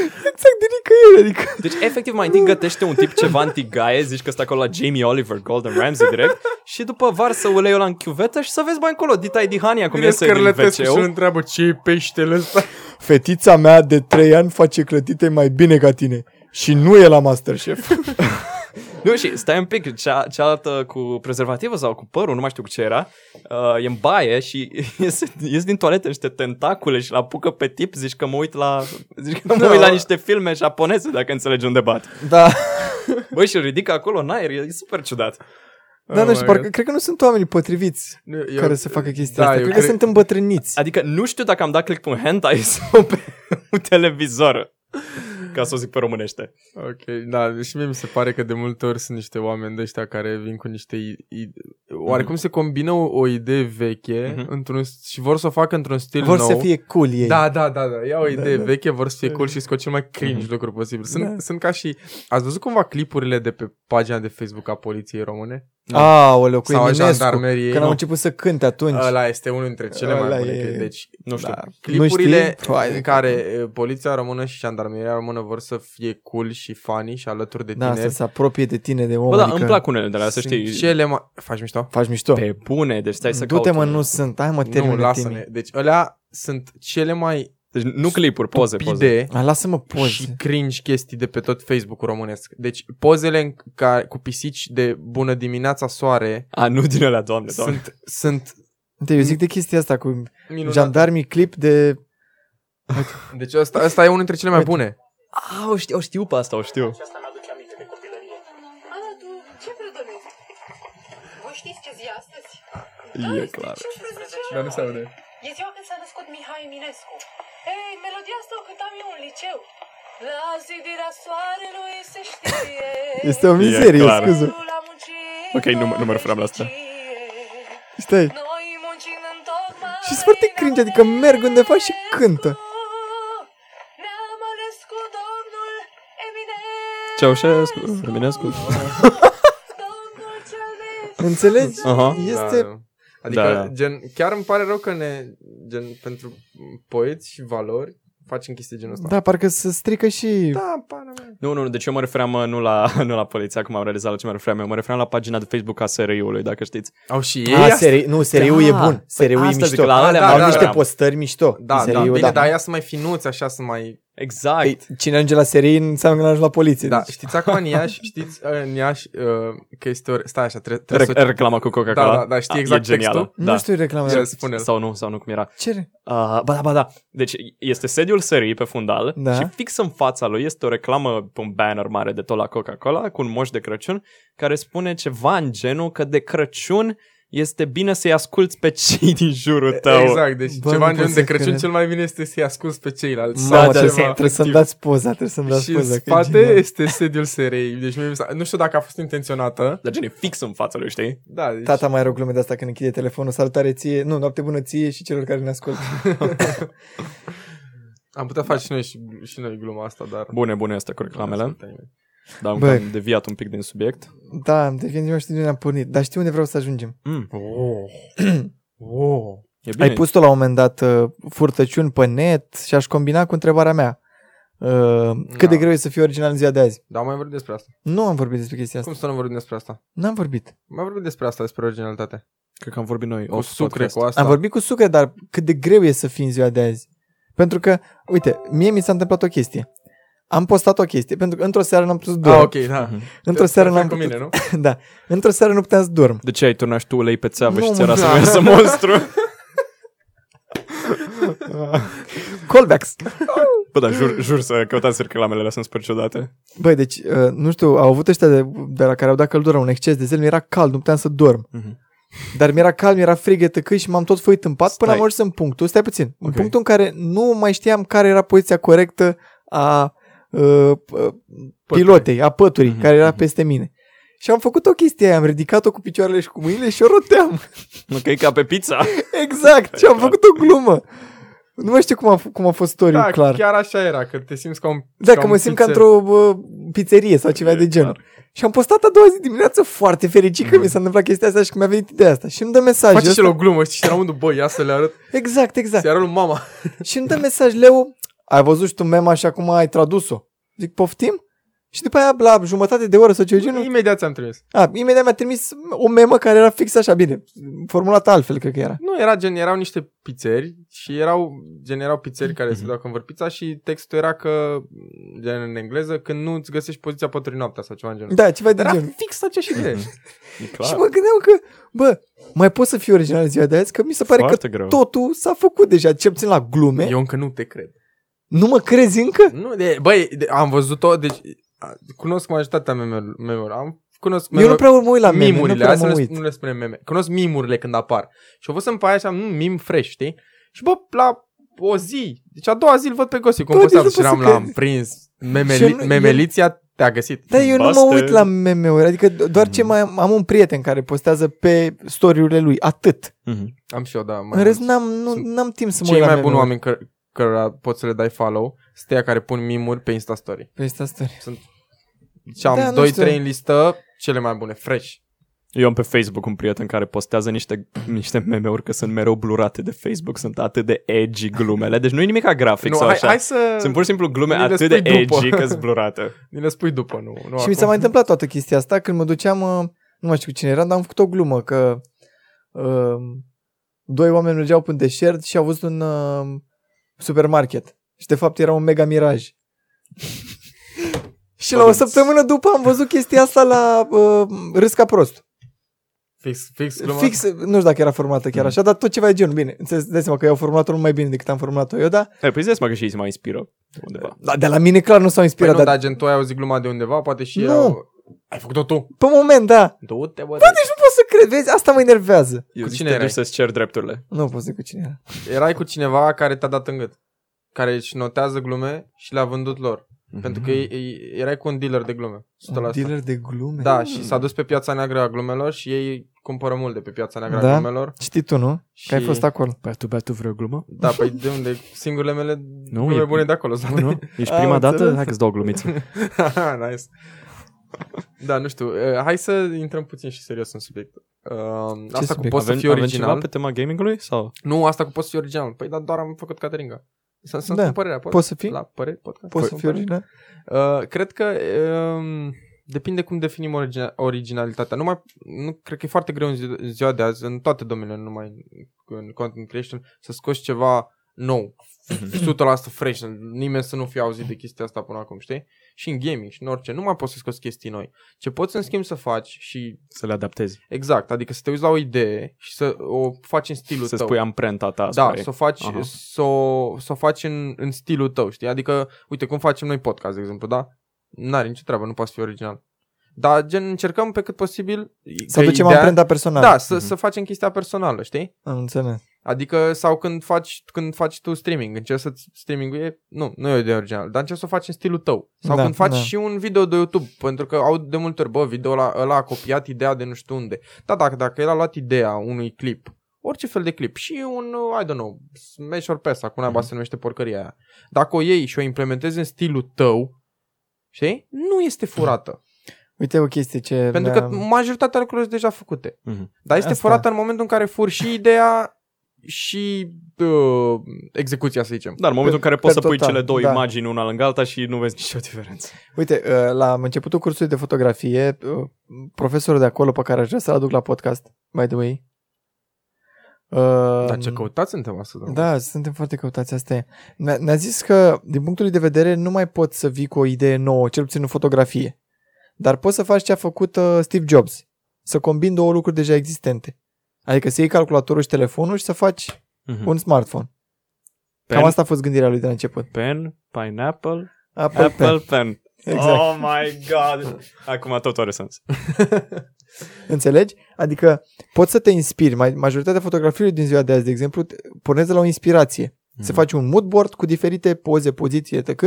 Speaker 3: Exact de nicăieri, adică.
Speaker 2: Deci, efectiv, mai întâi gătește un tip ceva antigaie, zici că stă acolo la Jamie Oliver, Golden Ramsey direct, și după varsă uleiul ăla în chiuvetă și să vezi mai încolo, Dita Dihania cum
Speaker 1: vine
Speaker 2: iese din
Speaker 1: scârlătesc și îl
Speaker 2: wc
Speaker 1: întreabă ce e peștele ăsta.
Speaker 3: Fetița mea de trei ani face clătite mai bine ca tine și nu e la Masterchef.
Speaker 2: Nu, și stai un pic, cea, cealaltă cu prezervativă sau cu părul, nu mai știu cu ce era, uh, e în baie și iese, ies din toaletă niște tentacule și l-apucă pe tip, zici că mă uit la, zici că mă
Speaker 3: Da.
Speaker 2: uit la niște filme japoneze, dacă înțelegi unde bat.
Speaker 3: Da.
Speaker 2: Băi, și îl ridică acolo în aer, e e super ciudat.
Speaker 3: Da,
Speaker 1: Oh
Speaker 3: nu
Speaker 1: my
Speaker 3: știu, parcă,
Speaker 1: God.
Speaker 3: cred că nu sunt oamenii potriviți
Speaker 1: Nu, eu-
Speaker 3: eu, care să facă chestia
Speaker 1: da,
Speaker 3: asta.
Speaker 1: eu
Speaker 3: Cred, că sunt îmbătrâniți.
Speaker 2: Adică nu știu dacă am dat click pe un hentai sau pe un televizor. Ca să o zic pe românește.
Speaker 1: Ok, da, și mie mi se pare că de multe ori sunt niște oameni de ăștia care vin cu niște... I- i- oarecum se combină o, o idee veche
Speaker 2: Mhm.
Speaker 1: într-un, și Mm-hmm. vor să o facă într-un stil
Speaker 3: Vor
Speaker 1: nou.
Speaker 3: să fie cool ei.
Speaker 1: Da, da, da, da. Ia o idee
Speaker 3: da.
Speaker 1: da, veche, vor să fie cool și scot cel mai cringe lucru posibil. Sunt,
Speaker 3: Da.
Speaker 1: da. sunt ca și... Ați văzut cumva clipurile de pe pagina de Facebook a Poliției Române?
Speaker 3: Aoleu, cu
Speaker 1: Sau a
Speaker 3: Eminescu.
Speaker 1: jandarmeriei?
Speaker 3: Când au
Speaker 1: Nu.
Speaker 3: început să cânte atunci.
Speaker 1: Ăla este unul dintre cele
Speaker 3: Ăla
Speaker 1: mai bune.
Speaker 3: e-
Speaker 1: cred. Deci,
Speaker 2: Nu știu.
Speaker 1: Da.
Speaker 3: Nu
Speaker 1: Clipurile
Speaker 3: știi? Hai de
Speaker 1: în care e, poliția română și jandarmeria română vor să fie cool și funny și alături de
Speaker 3: Da,
Speaker 1: tine.
Speaker 3: să se apropie de tine, de om.
Speaker 2: Bă, da,
Speaker 3: adică
Speaker 2: îmi plac unele de la să
Speaker 1: sunt
Speaker 2: știi.
Speaker 1: Cele mai... Faci mișto?
Speaker 3: Faci mișto.
Speaker 2: Pe bune, deci stai să
Speaker 3: Du-te,
Speaker 2: caut.
Speaker 3: mă, nu sunt. Hai, mă,
Speaker 1: Nu,
Speaker 3: termină,
Speaker 1: lasă-ne.
Speaker 3: Timi.
Speaker 1: Deci alea sunt cele mai
Speaker 2: Deci nu clipuri, poze, poze.
Speaker 1: pide
Speaker 3: A, Lasă-mă
Speaker 1: și
Speaker 3: poze.
Speaker 1: cringe chestii de pe tot Facebook-ul românesc. Deci pozele în care, cu pisici de bună dimineața soare
Speaker 2: A, nu din alea, doamne, doamne.
Speaker 1: sunt, sunt
Speaker 3: Uite, eu zic de chestia asta cu
Speaker 1: minunate.
Speaker 3: jandarmii clip de...
Speaker 1: Deci ăsta, ăsta e unul dintre cele mai
Speaker 3: Uite.
Speaker 1: bune.
Speaker 2: A, o știu, o știu pe asta, o știu.
Speaker 5: Și asta mi-aduce aminte de copilărie.
Speaker 6: Ana, tu ce fredonezi? Voi știți ce zi e astăzi? Da,
Speaker 2: E clar.
Speaker 6: 15
Speaker 1: nu se aude.
Speaker 6: E ziua când s-a născut Mihai Eminescu. Ei, melodia asta o cântam eu în liceu. La zidirea soarelui se știe.
Speaker 3: Este o
Speaker 2: E
Speaker 3: mizerie,
Speaker 2: clar.
Speaker 3: scuze.
Speaker 6: Dorul a muncit,
Speaker 2: Ok, nu mă- nu mă referam la asta.
Speaker 6: veșnicie.
Speaker 3: Stai.
Speaker 6: Noi muncim în tocmai
Speaker 3: Și-s foarte cringe, adică merg undeva și cântă.
Speaker 6: Ne-am ales cu domnul Eminescu.
Speaker 2: Ceaușescu, Eminescu.
Speaker 6: Domnul cel de
Speaker 3: Înțelegi?
Speaker 2: Aha.
Speaker 3: Este...
Speaker 1: Da, adică,
Speaker 2: Da, da.
Speaker 1: gen, chiar îmi pare rău că ne, gen, pentru poeți și valori, facem chestii genul ăsta.
Speaker 3: Da, parcă se strică și...
Speaker 1: da pana mea.
Speaker 2: Nu, nu, nu, deci eu mă refeream uh, nu la, nu la poliția, cum am realizat la ce mă refeream eu, mă refeream la pagina de Facebook a SRI-ului, dacă știți.
Speaker 1: Au și ei
Speaker 3: A,
Speaker 1: asta?
Speaker 3: seri... Nu, seriul
Speaker 2: Da.
Speaker 3: e bun. Seriul
Speaker 2: Păi
Speaker 3: e
Speaker 2: asta zic,
Speaker 3: mișto.
Speaker 2: la alea
Speaker 1: Da,
Speaker 3: Au
Speaker 1: da,
Speaker 3: niște
Speaker 2: da.
Speaker 3: postări mișto.
Speaker 1: Da, da,
Speaker 3: Seriul,
Speaker 1: bine,
Speaker 3: da.
Speaker 1: dar aia sunt mai finuți, așa sunt mai...
Speaker 2: Exact.
Speaker 3: Păi, cine ajunge la serii înseamnă că ajunge la poliție.
Speaker 1: Da,
Speaker 3: deci.
Speaker 1: știți acum în Iași, știți uh, în Iași uh, că este o... Stai așa, trebuie, trebuie
Speaker 2: Re-
Speaker 1: să...
Speaker 2: reclama cu Coca-Cola.
Speaker 1: Da, da, da, știi
Speaker 2: A,
Speaker 1: exact
Speaker 2: e genială.
Speaker 1: textul?
Speaker 2: Da.
Speaker 3: Nu știu reclama.
Speaker 1: Ia, spune
Speaker 2: Sau nu, sau nu, cum era.
Speaker 3: Ce?
Speaker 2: Uh, ba da, ba da. Deci este sediul serii pe fundal
Speaker 3: Da.
Speaker 2: și fix în fața lui este o reclamă pe un banner mare de tot la Coca-Cola cu un moș de Crăciun care spune ceva în genul că de Crăciun este bine să-i asculți pe cei din jurul tău.
Speaker 1: Exact, deci
Speaker 3: Bă,
Speaker 1: Bă, ceva
Speaker 3: nu
Speaker 1: în genul
Speaker 3: pot
Speaker 1: de
Speaker 3: să
Speaker 1: Crăciun
Speaker 3: cred.
Speaker 1: cel mai bine este să-i asculți pe ceilalți.
Speaker 3: Mamă,
Speaker 1: Sau
Speaker 2: da,
Speaker 3: trebuie,
Speaker 1: ceva.
Speaker 3: să, trebuie să-mi dați poza, trebuie să-mi dați
Speaker 1: Și în
Speaker 3: poza. că e
Speaker 1: spate
Speaker 3: genial.
Speaker 1: este sediul SRI. Deci mie mi s-a- nu știu dacă a fost intenționată.
Speaker 2: Dar gen, e fix în fața lui, știi?
Speaker 1: Da, deci...
Speaker 3: Tata mai rog glume de asta când închide telefonul. Salutare ție, nu, noapte bună ție și celor care ne ascultă.
Speaker 1: Am putea face și, noi și, și noi gluma asta, dar...
Speaker 2: Bune, bune astea cu reclamele. Dar am
Speaker 3: Băi.
Speaker 2: cam deviat un pic din subiect.
Speaker 3: da, am devenit, eu știu de unde am pornit, dar știu unde vreau să ajungem.
Speaker 2: Mm,
Speaker 1: Oh. oh.
Speaker 2: e bine.
Speaker 3: Bine. Ai pus tu la un moment dat uh, furtăciuni pe net și aș combina cu întrebarea mea. Uh, cât
Speaker 1: Da.
Speaker 3: de greu e să fii original în ziua de azi?
Speaker 1: Dar am mai vorbit despre asta.
Speaker 3: Nu am vorbit despre chestia asta.
Speaker 1: Cum să nu vorbim despre asta?
Speaker 3: N-am vorbit.
Speaker 1: Mai vorbit despre asta, despre originalitate.
Speaker 2: Cred că am vorbit noi.
Speaker 1: Cu
Speaker 2: off
Speaker 1: sucre,
Speaker 2: podcast.
Speaker 1: cu asta.
Speaker 3: Am vorbit cu sucre, dar cât de greu e să fii în ziua de azi. Pentru că, uite, mie mi s-a întâmplat o chestie. Am postat o chestie, pentru că într-o seară n-am putut să dorm.
Speaker 1: Ah, ok, da.
Speaker 2: Mhm.
Speaker 3: Într-o seară
Speaker 1: Perfect
Speaker 3: n-am
Speaker 1: cu
Speaker 3: putut...
Speaker 1: mine, nu?
Speaker 3: da. Într-o seară nu puteam să dorm.
Speaker 2: De ce ai turnat și tu ulei pe țeavă
Speaker 3: Nu,
Speaker 2: și
Speaker 3: mă,
Speaker 2: ți era să
Speaker 3: da.
Speaker 2: nu iasă monstru?
Speaker 3: Callbacks.
Speaker 2: Bă, da, jur, jur să căutați reclamele alea, sunt super ciudate.
Speaker 3: Băi, deci, uh, nu știu, au avut ăștia de, de la care au dat căldură un exces de zel, mi-era cald, nu puteam să dorm.
Speaker 2: Mhm.
Speaker 3: Dar mi-era cald, mi-era frig, tăcâi și m-am tot fuit în pat până
Speaker 2: Stai.
Speaker 3: am ajuns în punctul, stai puțin, în
Speaker 2: Ok.
Speaker 3: punctul în care nu mai știam care era poziția corectă a uh, uh, pilotei, a păturii,
Speaker 2: Mhm,
Speaker 3: care era
Speaker 2: mhm.
Speaker 3: peste mine. Și am făcut o chestie aia, am ridicat-o cu picioarele și cu mâinile și o roteam.
Speaker 2: Ok, ca pe pizza.
Speaker 3: Exact, și am
Speaker 2: Da.
Speaker 3: făcut o glumă. Nu mai știu cum a, f- cum a fost story
Speaker 1: Da,
Speaker 3: clar.
Speaker 1: chiar așa era, că te simți ca un
Speaker 3: Da,
Speaker 1: ca
Speaker 3: că
Speaker 1: un
Speaker 3: mă simt ca
Speaker 1: pizzer.
Speaker 3: într-o bă, pizzerie sau ceva
Speaker 2: E
Speaker 1: Exact.
Speaker 3: de genul.
Speaker 2: clar.
Speaker 3: Și am postat a doua zi dimineață foarte fericit că mi s-a întâmplat chestia asta și că mi-a venit ideea asta. Și îmi dă mesaj.
Speaker 1: Mhm. Face și
Speaker 3: ăsta-
Speaker 1: el o glumă, știi, și era unul, bă, ia să le arăt,
Speaker 3: Exact, exact.
Speaker 1: să arăt lui mama.
Speaker 3: Și îmi dă mesaj, Leu, ai văzut și tu mema și acum ai tradus-o. Zic, poftim? Și după aia, la jumătate de oră sau ceva de genul,
Speaker 1: Imediat ți-am trimis.
Speaker 3: a, imediat mi-a trimis o memă care era fix așa, bine, formulată altfel, cred că era.
Speaker 1: Nu, era gen, erau niște pizzeri și erau, gen, erau pizzeri care se
Speaker 2: Mhm.
Speaker 1: dau când vor pizza și textul era că, gen, în engleză, când nu îți găsești poziția pentru noaptea sau ceva în genul.
Speaker 3: Da, ceva de
Speaker 1: Era
Speaker 3: genul.
Speaker 1: fix aceeași idee.
Speaker 2: E
Speaker 3: Și
Speaker 2: clar.
Speaker 3: mă gândeam că, bă, mai pot să fiu original în ziua de azi, că mi se pare
Speaker 2: Foarte
Speaker 3: că
Speaker 2: greu.
Speaker 3: totul s-a făcut deja, cel puțin la glume.
Speaker 1: Eu încă nu te cred.
Speaker 3: Nu mă crezi încă?
Speaker 1: Nu, de, băi, de, am văzut-o, deci a, cunosc majoritatea memelor, memelor am cunosc
Speaker 3: Eu nu prea mă uit la Da, meme, nu
Speaker 1: mimurile,
Speaker 3: prea
Speaker 1: hai să
Speaker 3: mă
Speaker 1: nu le,
Speaker 3: uit.
Speaker 1: nu le spunem meme, cunosc mimurile când apar. Și au fost în paia așa, mm, mim fresh, știi? Și bă, la o zi. Deci a doua zi îl văd pe Gosi cum
Speaker 3: Bă, deci
Speaker 1: postează
Speaker 3: nu
Speaker 1: și
Speaker 3: pot să
Speaker 1: eram,
Speaker 3: cred.
Speaker 1: l-am prins.
Speaker 3: Și nu-
Speaker 1: Memeli-
Speaker 3: el-
Speaker 1: memeliția te-a găsit.
Speaker 3: Da, eu nu mă
Speaker 2: Buster.
Speaker 3: uit la meme-uri, adică doar ce mai am, am un prieten care postează pe story-urile lui, atât.
Speaker 2: Mhm.
Speaker 1: Am și eu, da. mai
Speaker 3: În rest
Speaker 1: mult.
Speaker 3: n-am, nu,
Speaker 1: Sunt
Speaker 3: n-am timp să mă
Speaker 1: Cei
Speaker 3: uit la
Speaker 1: mai buni
Speaker 3: meme-uri.
Speaker 1: oameni căr- cărora poți să le dai follow sunt ăia care pun mimuri pe Insta Story.
Speaker 3: Pe Insta story.
Speaker 1: Și am
Speaker 3: Da, nu
Speaker 1: 2-3
Speaker 3: știu.
Speaker 1: în listă, cele mai bune, fresh.
Speaker 2: Eu am pe Facebook un prieten care postează niște, niște meme-uri că sunt mereu blurate de Facebook, sunt atât de edgy glumele, deci nu e nimic grafic nu, sau
Speaker 1: hai,
Speaker 2: așa.
Speaker 1: hai să...
Speaker 2: Sunt pur și simplu glume
Speaker 1: Ni le
Speaker 2: atât de
Speaker 1: spui după.
Speaker 2: edgy că sunt blurate.
Speaker 1: Ni le spui după, nu, nu
Speaker 3: Și mi s-a mai întâmplat toată chestia asta când mă duceam, uh, nu mai știu cu cine eram, dar am făcut o glumă că uh, doi oameni mergeau pe un deșert și au văzut un uh, supermarket. Și de fapt era un mega miraj. și la o săptămână după am văzut chestia asta la uh, Râs ca prost.
Speaker 1: Fix, fix, gluma.
Speaker 3: Fix, nu știu dacă era formulată
Speaker 1: Mm.
Speaker 3: chiar așa, dar tot ceva de genul. Bine, înțeles, dai seama că eu au formulat-o mult mai bine decât am formulat-o eu, dar
Speaker 2: Hai, păi ziceți-mă că și ei se mai inspiră de undeva.
Speaker 3: da, de la mine clar nu s-au
Speaker 1: Păi
Speaker 3: inspirat,
Speaker 1: nu,
Speaker 3: dar
Speaker 1: dar gen tu ai auzit gluma de undeva, poate și
Speaker 3: Nu.
Speaker 1: erau... Ai făcut-o tu.
Speaker 3: pe moment, da.
Speaker 1: Du-te, bă,
Speaker 3: Bă, deci nu pot să cred, vezi, asta mă enervează.
Speaker 2: Eu
Speaker 1: Cu cine
Speaker 2: zic cine te duci
Speaker 1: erai?
Speaker 2: să-ți ceri drepturile.
Speaker 3: Nu pot să zic cu cine era.
Speaker 1: deci erai cu cineva care te-a dat în gât. Care își notează glume și le-a vândut lor.
Speaker 2: Mhm.
Speaker 1: Pentru că ei- ei- erai cu un dealer de glume. 100%.
Speaker 3: Mhm. Un dealer de glume.
Speaker 1: Da, și s-a dus pe piața neagră a glumelor și ei cumpără mult de pe piața neagră
Speaker 3: Da.
Speaker 1: a glumelor.
Speaker 3: Știi tu, nu?
Speaker 1: Și...
Speaker 3: Că ai fost acolo.
Speaker 2: Păi tu bea tu vreo glumă?
Speaker 1: Da, păi de unde? Singurele mele
Speaker 2: Nu,
Speaker 1: glume
Speaker 2: e-
Speaker 1: bune de acolo. Sau
Speaker 2: Nu? Ești
Speaker 3: Am
Speaker 2: prima dată?
Speaker 3: înțeles.
Speaker 2: Hai că-ți dau glumițe.
Speaker 1: Haha, nice. Da, nu știu. eh, Hai să intrăm puțin și serios în subiect. Uh, asta cu
Speaker 3: subiect?
Speaker 1: poți să
Speaker 2: Avem,
Speaker 1: fii
Speaker 2: avem ceva
Speaker 1: original.
Speaker 2: pe tema gamingului? Sau?
Speaker 1: Nu, asta cu poți să fii original. Păi, dar doar am făcut Cateringa. Să să-mi
Speaker 3: Da.
Speaker 1: spun părerea. Pot?
Speaker 3: Poți să fii?
Speaker 1: La părere, podcast.
Speaker 3: Poți să
Speaker 1: Păi,
Speaker 3: fii original?
Speaker 1: Uh, cred că um, depinde cum definim origina- originalitatea. Nu mai, nu, cred că e foarte greu în zi- în ziua de azi, în toate domeniile, nu mai în content creation, să scoți ceva nou,
Speaker 2: Mhm.
Speaker 1: 100% fresh, nimeni să nu fie auzit de chestia asta până acum, știi? Și în gaming și în orice, nu mai poți să scoți chestii noi. Ce poți în schimb să faci și
Speaker 2: Să le adaptezi.
Speaker 1: exact, adică să te uiți la o idee și să o faci în stilul
Speaker 2: Să
Speaker 1: tău.
Speaker 2: spui amprenta ta.
Speaker 1: Da,
Speaker 2: asupra ei.
Speaker 1: să o faci,
Speaker 2: Aha.
Speaker 1: să o- să o faci în, în stilul tău, știi? Adică, uite, cum facem noi podcast, de exemplu, da? N-are nicio treabă, nu poate fi original. Dar, gen, încercăm pe cât posibil...
Speaker 3: Să
Speaker 1: că
Speaker 3: ducem
Speaker 1: ideea-
Speaker 3: amprenta personală.
Speaker 1: Da, să,
Speaker 2: Mhm.
Speaker 1: să facem chestia personală, știi?
Speaker 3: Am înțeles.
Speaker 1: Adică, sau când faci, când faci tu streaming, încerci să streaming e, nu, nu e o idee original, dar încerci să o faci în stilul tău. Sau
Speaker 3: Da,
Speaker 1: când faci
Speaker 3: da.
Speaker 1: și un video de YouTube, pentru că au de multe ori, bă, video ăla, ăla a copiat ideea de nu știu unde. Da, dacă, dacă el a luat ideea unui clip, orice fel de clip, și un, uh, I don't know, smash or pass, acum mm-hmm.
Speaker 2: Mhm.
Speaker 1: se numește porcăria aia. Dacă o iei și o implementezi în stilul tău, știi? Nu este furată.
Speaker 3: Uite o chestie ce...
Speaker 1: Pentru că
Speaker 3: mi-a-
Speaker 1: majoritatea lucrurilor sunt deja făcute.
Speaker 2: Mhm.
Speaker 1: Dar este
Speaker 3: Asta.
Speaker 1: furată în momentul în care furi și ideea și uh, execuția, să zicem.
Speaker 2: Dar în momentul în care
Speaker 3: pe
Speaker 2: poți să pui
Speaker 3: total,
Speaker 2: cele două
Speaker 3: da.
Speaker 2: imagini una lângă alta și nu vezi nicio diferență.
Speaker 3: Uite, uh, la începutul cursului de fotografie, uh, profesorul de acolo pe care aș vrea să-l aduc la podcast, by the way. Uh,
Speaker 1: Dar Da, ce căutați în tema asta? doamne?
Speaker 3: Da, suntem foarte căutați, asta e. Ne- Ne-a zis că, din punctul lui de vedere, nu mai poți să vii cu o idee nouă, cel puțin în fotografie. Dar poți să faci ce a făcut uh, Steve Jobs. Să combini două lucruri deja existente. Adică să iei calculatorul și telefonul și să faci
Speaker 2: Mhm.
Speaker 3: un smartphone.
Speaker 2: Pen,
Speaker 3: Cam asta a fost gândirea lui de la început.
Speaker 2: pen, pineapple,
Speaker 3: Apple, Pen.
Speaker 2: apple pen.
Speaker 3: Exact.
Speaker 2: Oh my god! Acum tot are sens.
Speaker 3: Înțelegi? Adică poți să te inspiri. Mai- Majoritatea fotografiilor din ziua de azi, de exemplu, te- pornesc de la o inspirație. Mm. Să faci un mood board cu diferite poze, poziții, etc.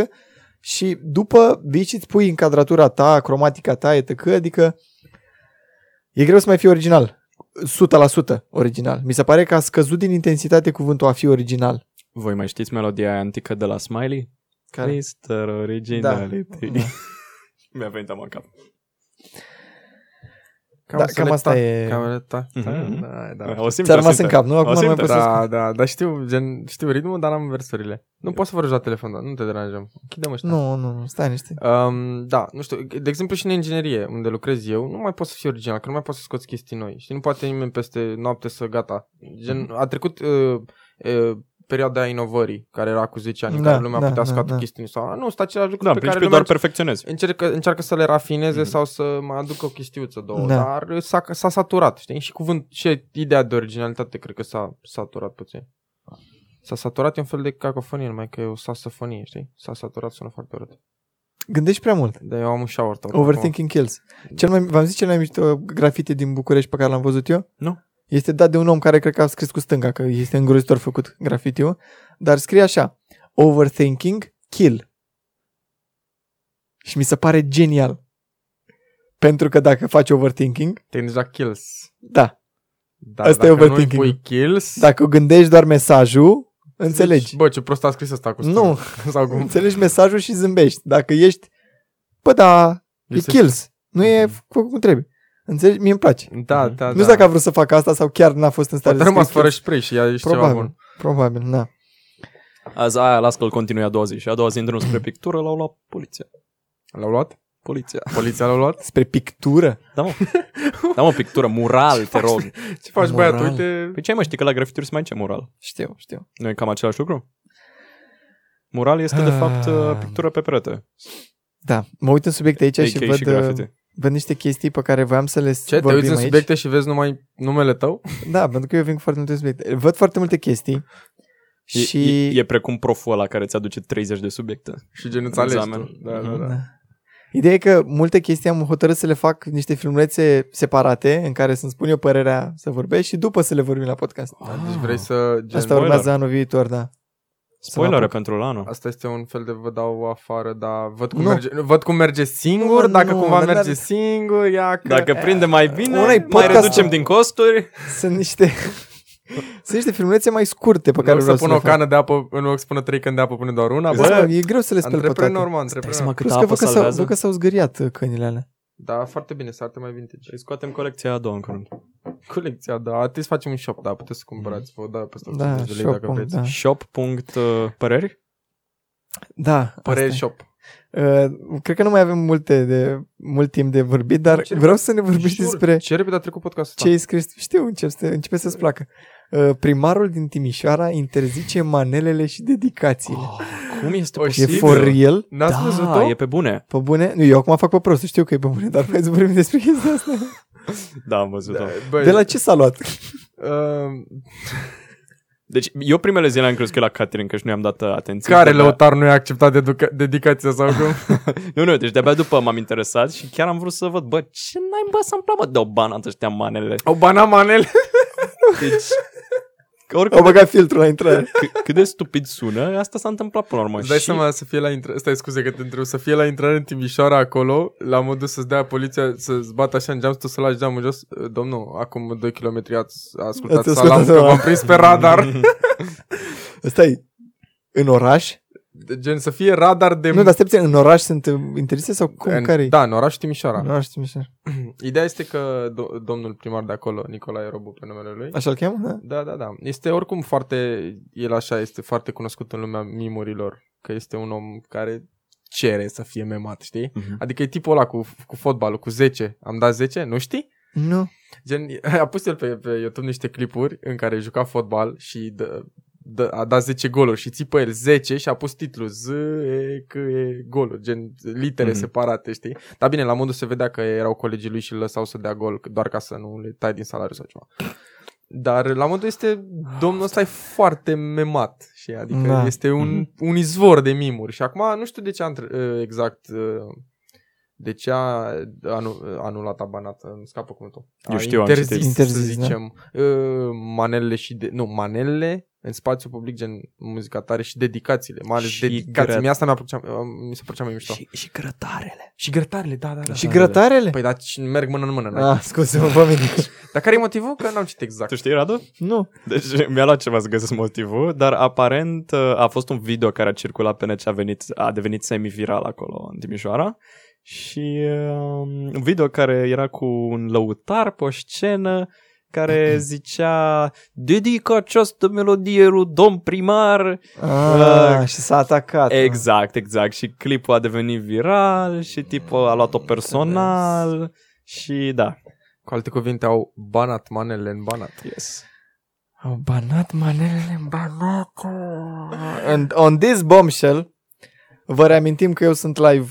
Speaker 3: Și după vii și îți pui încadratura ta, cromatica ta, etc. Adică e greu să mai fii original. 100% original. Mi se pare că a scăzut din intensitate cuvântul a fi original.
Speaker 2: Voi mai știți melodia aia antică de la Smiley? Mr. Originality.
Speaker 3: Da.
Speaker 2: Mi-a venit am în cap.
Speaker 3: Da, cam
Speaker 1: select-a.
Speaker 3: asta e-
Speaker 1: Cam arăta.
Speaker 2: Mhm.
Speaker 1: Da, da.
Speaker 2: O simt,
Speaker 3: Ți-a
Speaker 2: o
Speaker 3: rămas
Speaker 2: simt.
Speaker 3: în cap, nu? Acum
Speaker 2: O
Speaker 3: nu mai
Speaker 2: simt,
Speaker 3: poți să...
Speaker 1: Da, da, dar știu, gen, știu ritmul, dar n-am versurile. Nu poți să vorbești la telefon, dar nu te deranjăm. Închidem ăștia.
Speaker 3: Nu, nu, nu, stai niște.
Speaker 1: Um, da, nu știu, de exemplu și în inginerie, unde lucrez eu, nu mai poți să fii original, că nu mai poți să scoți chestii noi. Și nu poate nimeni peste noapte să gata. Gen, a trecut uh, uh, perioada aia inovării, care era cu 10 ani, în
Speaker 3: Da,
Speaker 1: care lumea
Speaker 3: da,
Speaker 1: putea
Speaker 3: da,
Speaker 1: scoate
Speaker 3: da.
Speaker 1: chestii noi. Sau, "A, nu, sunt același lucru
Speaker 2: Da, în
Speaker 1: pe care
Speaker 2: principiu
Speaker 1: lumea
Speaker 2: doar perfecționez.
Speaker 1: încearcă, încearcă să le rafineze
Speaker 2: Mhm.
Speaker 1: sau să mai aducă o chestiuță, două,
Speaker 3: Da.
Speaker 1: dar s-a, s-a saturat, știi? Și cuvânt, și ideea de originalitate cred că s-a saturat puțin. S-a saturat e un fel de cacofonie, numai că e o saxofonie, știi? S-a saturat, sună foarte urât.
Speaker 3: Gândești prea mult.
Speaker 1: Dar eu am un shower tot.
Speaker 3: Overthinking kills. Cel mai, v-am zis cel mai mișto grafite din București pe care l-am văzut eu?
Speaker 2: Nu.
Speaker 3: Este dat de un om care cred că a scris cu stânga, că este îngrozitor făcut grafitiul, dar scrie așa, overthinking, kill. Și mi se pare genial. Pentru că dacă faci overthinking,
Speaker 1: Te gândești la kills.
Speaker 3: da,
Speaker 1: Da,
Speaker 3: Asta e
Speaker 1: dacă nu
Speaker 3: overthinking.
Speaker 1: pui kills,
Speaker 3: dacă gândești doar mesajul, înțelegi.
Speaker 1: zici, Bă, ce prost a scris asta cu
Speaker 3: Nu.
Speaker 1: stâng." Sau cum...
Speaker 3: Înțelegi mesajul și zâmbești. Dacă ești, bă, da, e
Speaker 1: Lipsește.
Speaker 3: kills. Nu e făcut cum trebuie. Înțelegi? Mie îmi place.
Speaker 1: Da, da,
Speaker 3: Mhm. Nu
Speaker 1: da.
Speaker 3: știu dacă a vrut să facă asta sau chiar n-a fost în stare
Speaker 1: Poate a
Speaker 3: să
Speaker 1: rămas
Speaker 3: scrie
Speaker 1: fără
Speaker 3: kills.
Speaker 1: spray și ea ești ceva
Speaker 3: Probabil,
Speaker 1: bun.
Speaker 3: probabil, da.
Speaker 2: Azi, aia, las că-l continui a doua zi. Și a doua zi, în drum spre pictură, l-au luat poliția.
Speaker 1: L-au luat?
Speaker 2: Poliția.
Speaker 1: Poliția l-a luat?
Speaker 3: Spre pictură?
Speaker 2: Da, mă. da, mă, pictură, mural, te rog.
Speaker 1: Ce faci,
Speaker 3: Moral.
Speaker 1: băiatul? Uite...
Speaker 2: Păi ce mă, știi că la grafituri se mai zice mural.
Speaker 3: Știu, știu.
Speaker 2: Nu e cam același lucru? Mural este, de fapt, uh,
Speaker 3: Ah.
Speaker 2: pictură pe perete.
Speaker 3: Da, mă uit în subiecte aici și
Speaker 2: AK
Speaker 3: văd, uh,
Speaker 2: și grafite.
Speaker 3: văd niște chestii pe care voiam să le
Speaker 1: Ce, te
Speaker 3: vorbim
Speaker 1: uiți în
Speaker 3: aici.
Speaker 1: subiecte și vezi numai numele tău?
Speaker 3: Da, pentru că eu vin cu foarte multe subiecte. Văd foarte multe chestii
Speaker 2: E,
Speaker 3: și...
Speaker 2: e, e precum proful ăla care ți aduce 30 de subiecte.
Speaker 1: Și gen îți alegi
Speaker 2: Examen.
Speaker 1: tu. Da, da,
Speaker 2: Mhm.
Speaker 1: da.
Speaker 3: Ideea e că multe chestii am hotărât să le fac niște filmulețe separate în care să-mi spun eu părerea să vorbesc și după să le vorbim la podcast.
Speaker 1: Da, Deci vrei să... Gen,
Speaker 3: Ah. Asta
Speaker 2: spoiler.
Speaker 3: urmează anul viitor, da.
Speaker 2: Spoilere
Speaker 3: apuc.
Speaker 2: pentru la anul.
Speaker 1: Asta este un fel de vă dau afară, dar văd cum,
Speaker 3: Nu.
Speaker 1: merge, văd cum merge singur,
Speaker 3: Nu,
Speaker 1: dacă
Speaker 3: nu,
Speaker 1: cumva
Speaker 3: nu,
Speaker 1: merge
Speaker 3: dar-
Speaker 1: singur, ia că...
Speaker 2: Dacă prinde mai bine,
Speaker 3: uh, Unei
Speaker 2: mai
Speaker 3: podcast-
Speaker 2: reducem din costuri.
Speaker 3: Sunt niște... Sunt niște filmulețe mai scurte pe
Speaker 1: Pe care
Speaker 3: care
Speaker 1: nu
Speaker 3: vreau
Speaker 1: să
Speaker 3: să
Speaker 1: pun
Speaker 3: le
Speaker 1: o
Speaker 3: fac.
Speaker 1: cană de apă, în loc să pună trei cani de apă, pune doar una.
Speaker 3: Da,
Speaker 1: Bă,
Speaker 3: e greu să le speli pe toate.
Speaker 1: antreprenor, mă,
Speaker 2: Dai să
Speaker 1: antreprenor.
Speaker 2: mă
Speaker 3: Plus
Speaker 2: câtă
Speaker 3: că
Speaker 2: apă
Speaker 3: văd că, s-au,
Speaker 2: salvează.
Speaker 3: văd că s-au zgâriat uh, cănile alea.
Speaker 1: Da, foarte bine, să arate mai vintage.
Speaker 2: Îi scoatem colecția a doua în curând.
Speaker 1: Colecția, da, trebuie să facem un shop, da, puteți să cumpărați, vă dau peste 150
Speaker 3: Da,
Speaker 1: de lei dacă
Speaker 3: shop
Speaker 1: vreți.
Speaker 3: da.
Speaker 2: Shop. punct, uh, Păreri?
Speaker 3: Da, asta e.
Speaker 1: Păreri shop.
Speaker 3: Uh, cred că nu mai avem multe de, mult timp de vorbit, dar
Speaker 1: Ce-
Speaker 3: vreau să ne vorbiți
Speaker 1: Sure.
Speaker 3: despre
Speaker 1: Ce repede a trecut podcastul
Speaker 3: ce
Speaker 1: ăsta.
Speaker 3: ai scris. Știu, încep să, începe să-ți placă. Uh, primarul din Timișoara interzice manelele și dedicațiile. Oh,
Speaker 2: Ah, Cum este
Speaker 1: O,
Speaker 3: e
Speaker 1: posibil?
Speaker 3: for real?
Speaker 1: Păi N-ați văzut-o?
Speaker 2: Da, e pe bune.
Speaker 3: Pe bune? Nu, eu acum fac pe prost, știu că e pe bune, dar hai să vorbim despre chestia asta.
Speaker 2: Da, am văzut-o.
Speaker 1: Băi,
Speaker 3: De la ce s-a luat?
Speaker 1: uh,
Speaker 2: Deci, eu primele zile am crezut că e la Catherine, că și noi am dat uh, atenție.
Speaker 1: care
Speaker 2: De-abia-
Speaker 1: lăutar nu i-a acceptat deduca- dedicația sau cum?
Speaker 2: Nu, nu, deci de-abia după m-am interesat și chiar am vrut să văd, bă, ce n-ai bă să-mi placă de o banană ăștia manele.
Speaker 1: Au banat manele.
Speaker 2: Deci, că oricât
Speaker 3: Au
Speaker 2: de,
Speaker 3: băgat filtrul la intrare.
Speaker 2: cât- cât de stupid sună, asta s-a întâmplat până la urmă.
Speaker 1: Îți dai
Speaker 2: Și-
Speaker 1: seama să fie la intrare, stai scuze că te întreb, să fie la intrare în Timișoara acolo, la modul să-ți dea poliția, să-ți bată așa în geam, să tu să lași geamul jos. "Eh, Domnul, acum 2 km ați ascultat
Speaker 3: Ați
Speaker 1: salam,
Speaker 3: ascultat
Speaker 1: că
Speaker 3: salam."
Speaker 1: v-am prins pe radar.
Speaker 3: Stai, în oraș?
Speaker 1: De Gen să fie radar de...
Speaker 3: Nu, dar stai puțin, în oraș sunt uh, interese sau cum?
Speaker 1: în,
Speaker 3: care
Speaker 1: Da, în orașul Timișoara.
Speaker 3: Nu știu, Mișa.
Speaker 1: Ideea este că do- domnul primar de acolo, Nicolae Robu pe numele lui,
Speaker 3: Așa-l cheamă? Da?
Speaker 1: Da, da, da. Este oricum foarte, el așa este foarte cunoscut în lumea mimurilor, că este un om care cere să fie memat, știi?
Speaker 2: Mhm.
Speaker 1: Adică e tipul ăla cu, cu fotbalul, cu 10. Am dat 10, nu știi?
Speaker 3: Nu.
Speaker 1: Gen, a pus el pe, pe YouTube niște clipuri în care juca fotbal și dă, dă, a dat 10 goluri și țipă el 10 și a pus titlul Z, E, C, E, goluri, gen litere
Speaker 2: Mhm.
Speaker 1: separate, știi? Dar bine, la modul se vedea că erau colegii lui și îl lăsau să dea gol doar ca să nu le tai din salariu sau ceva. Dar la modul este, domnul ăsta e foarte memat și adică
Speaker 3: Da.
Speaker 1: da. este un, un izvor de mimuri și acum nu știu de ce a într- exact uh, de ce a anu- anulat, abanat, îmi scapă cuvântul.
Speaker 2: Eu
Speaker 1: a
Speaker 2: știu, am
Speaker 1: interzis,
Speaker 2: citit.
Speaker 3: Interzis,
Speaker 1: să zicem, da? manelele și... De- nu, manelele în spațiu public, gen muzica tare și dedicațiile, mai ales
Speaker 2: Și
Speaker 1: dedicații.
Speaker 2: gră-
Speaker 1: Mie asta mi-a plăcea, mi se plăcea mai mișto. Și,
Speaker 2: și grătarele.
Speaker 1: și grătarele, da, da, da.
Speaker 3: Și
Speaker 1: da.
Speaker 3: grătarele?
Speaker 1: Păi, da. dar ci- merg mână în mână. n-ai.
Speaker 3: Ah, scuze-mă, pe mine.
Speaker 1: Dar care e motivul? Că n-am citit exact.
Speaker 2: Tu știi, Radu?
Speaker 3: Nu.
Speaker 2: Deci mi-a luat ceva să găsesc motivul, dar aparent uh, a fost un video care a circulat pe net și a, venit, a devenit semiviral acolo în Timișoara și uh, un video care era cu un lăutar pe o scenă care zicea dedică această melodie lui domn primar
Speaker 3: Ah, și s-a atacat.
Speaker 2: Exact, exact. Și clipul a devenit viral și tipul a luat-o personal și da,
Speaker 1: Cu alte cuvinte, au banat manele în banat.
Speaker 2: yes.
Speaker 3: Au banat manelele în banată. And on this bombshell, vă reamintim că eu sunt live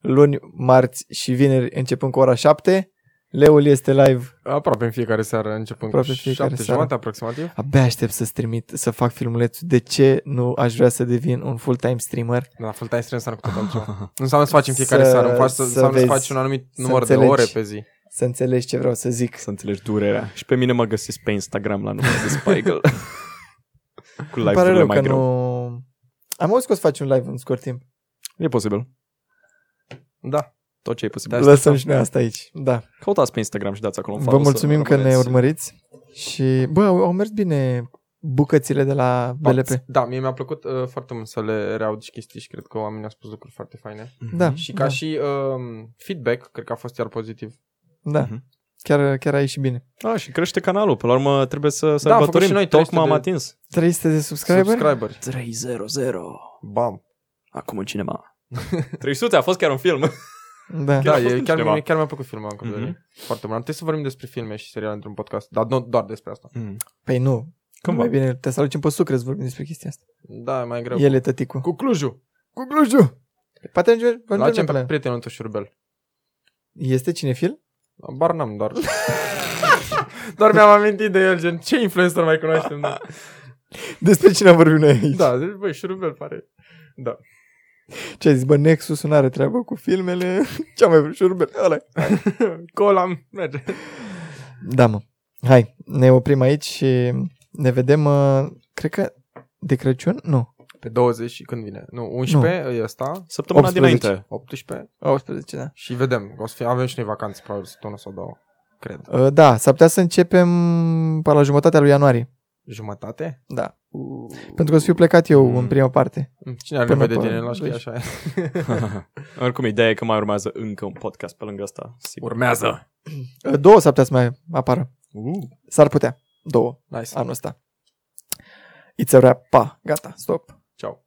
Speaker 3: luni, marți și vineri începând cu ora 7. Leul este live.
Speaker 1: Aproape în fiecare seară, începând cu
Speaker 3: Aproape în fiecare
Speaker 1: șapte
Speaker 3: seară.
Speaker 1: jumate aproximativ.
Speaker 3: Abia aștept să-ți trimit, să fac filmulețul de ce nu aș vrea să devin un full-time streamer.
Speaker 1: La fel, Da, tai strâns cu tot altceva. Nu înseamnă să faci în fiecare
Speaker 3: Să-
Speaker 1: seară, înseamnă să,
Speaker 3: să
Speaker 1: înseamnă să
Speaker 3: vezi,
Speaker 1: faci un anumit
Speaker 3: să
Speaker 1: număr de
Speaker 3: înțelegi.
Speaker 1: ore pe zi.
Speaker 3: Să înțelegi ce vreau să zic.
Speaker 2: Să înțelegi durerea. Și pe mine mă găsiți pe Instagram la numele de Spiegel. cu
Speaker 3: Îmi pare
Speaker 2: live-urile
Speaker 3: rău
Speaker 2: mai
Speaker 3: că
Speaker 2: greu. Nu...
Speaker 3: nu... Am auzit că o să faci un live în scurt timp.
Speaker 2: E posibil.
Speaker 1: Da.
Speaker 2: Tot ce e posibil.
Speaker 1: Da,
Speaker 2: Da.
Speaker 3: Lăsăm și noi asta aici. Da.
Speaker 2: Căutați pe Instagram și dați acolo un
Speaker 3: Vă
Speaker 2: follow să
Speaker 3: mulțumim că ne
Speaker 2: rămâneți.
Speaker 3: urmăriți. Și, bă, au au mers bine bucățile de la BLP.
Speaker 1: Da, mie mi-a plăcut uh, foarte mult să le reaud și chestii și cred că oamenii au spus lucruri foarte faine.
Speaker 2: Mhm.
Speaker 3: Da.
Speaker 1: Și ca
Speaker 3: da.
Speaker 1: și um, feedback, cred că a fost iar pozitiv.
Speaker 3: Da.
Speaker 2: Mhm.
Speaker 3: Chiar, chiar a ieșit bine.
Speaker 2: A, și crește canalul. Până la urmă trebuie să
Speaker 1: Da, am făcut
Speaker 2: sărbătorim.
Speaker 1: și noi
Speaker 2: Tocmai
Speaker 1: 300
Speaker 2: am
Speaker 1: de-
Speaker 2: atins.
Speaker 3: 300 de subscriberi?
Speaker 1: Subscriber.
Speaker 2: 300.
Speaker 4: Bam.
Speaker 2: Acum în cinema. 300 a fost chiar un film.
Speaker 3: Da.
Speaker 1: Da,
Speaker 2: a fost
Speaker 1: e,
Speaker 2: în
Speaker 1: chiar,
Speaker 2: cinema.
Speaker 1: mi- chiar mi-a plăcut filmul încă
Speaker 2: Mhm.
Speaker 1: mm-hmm. foarte mult. Am trebuit să vorbim despre filme și seriale într-un podcast, dar nu doar despre asta.
Speaker 2: Mm.
Speaker 3: Păi nu.
Speaker 2: Cum
Speaker 3: mai
Speaker 2: va?
Speaker 3: bine te să aducem pe sucre să vorbim despre chestia asta.
Speaker 1: Da, e mai greu.
Speaker 3: El e tăticul.
Speaker 1: Cu Clujul.
Speaker 3: Cu Clujul. Poate ajungem
Speaker 1: La ce
Speaker 3: ajungem pe la...
Speaker 1: prietenul tău șurbel?
Speaker 3: Este cinefil?
Speaker 1: Bar n-am, doar... doar mi-am amintit de el, gen, ce influencer mai cunoaștem? noi?
Speaker 3: Despre cine am vorbit noi aici?
Speaker 1: da, deci, băi, șurbel pare... Da.
Speaker 3: Ce ai zis, bă, Nexus nu are treabă cu filmele. Ce mai vrut șurbel? Ăla.
Speaker 1: Colam, merge.
Speaker 3: Da, mă. Hai, ne oprim aici și ne vedem, uh, cred că de Crăciun? Nu.
Speaker 1: Pe 20 și când vine? Nu, 11 e ăsta,
Speaker 2: Săptămâna
Speaker 3: 18.
Speaker 2: dinainte.
Speaker 1: 18
Speaker 3: 18, da.
Speaker 1: și vedem. O să fie, avem și noi vacanțe, probabil, săptămână sau două. Cred.
Speaker 3: Uh, Da, s-ar putea să începem pe la jumătatea lui ianuarie.
Speaker 1: Jumătate?
Speaker 3: Da.
Speaker 2: Uh.
Speaker 3: Pentru că o să fiu plecat eu
Speaker 2: Mm.
Speaker 3: în prima parte.
Speaker 1: Cine are
Speaker 3: Până
Speaker 1: nevoie de
Speaker 3: pe deci-
Speaker 1: tine? Lași că e
Speaker 3: 12.
Speaker 1: așa.
Speaker 2: Oricum, ideea e că mai urmează încă un podcast pe lângă asta. Sigur.
Speaker 1: Urmează.
Speaker 3: Uh, Două s-ar putea să mai apară.
Speaker 2: Uh.
Speaker 3: S-ar putea. Două.
Speaker 1: Nice.
Speaker 3: Anul ăsta. It's a wrap. Pa. Gata. Stop.
Speaker 1: Ceau.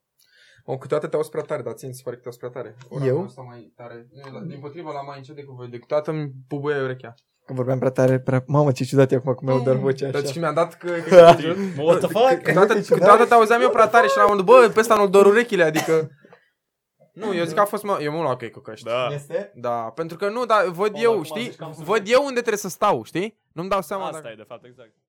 Speaker 1: Mă, câteodată te auzi prea tare, dar țin să pare că te auzi prea tare. Ora
Speaker 3: Eu?
Speaker 1: Asta mai tare. Nu, la- Din potriva la mai încet decât voi. De câteodată îmi bubuie urechea.
Speaker 3: Că vorbeam prea tare, prea... Mamă, ce ciudat e acum cum mi-au dat vocea
Speaker 1: Deci
Speaker 3: așa.
Speaker 1: mi-a dat că...
Speaker 2: What the fuck?
Speaker 1: Câteodată, câteodată te auzeam eu prea tare și la un moment dat, bă, pe ăsta nu-l dor urechile, adică... Nu, eu zic că a fost... Mă, eu mă luam că e cu căști.
Speaker 2: Da.
Speaker 3: Este?
Speaker 1: Da, pentru că nu, dar văd
Speaker 2: Bă,
Speaker 1: eu,
Speaker 2: acum
Speaker 1: știi?
Speaker 2: zici că am să
Speaker 1: Văd eu unde trebuie să stau, știi? Nu-mi dau seama
Speaker 2: Asta
Speaker 1: dacă...
Speaker 2: e, de fapt, exact.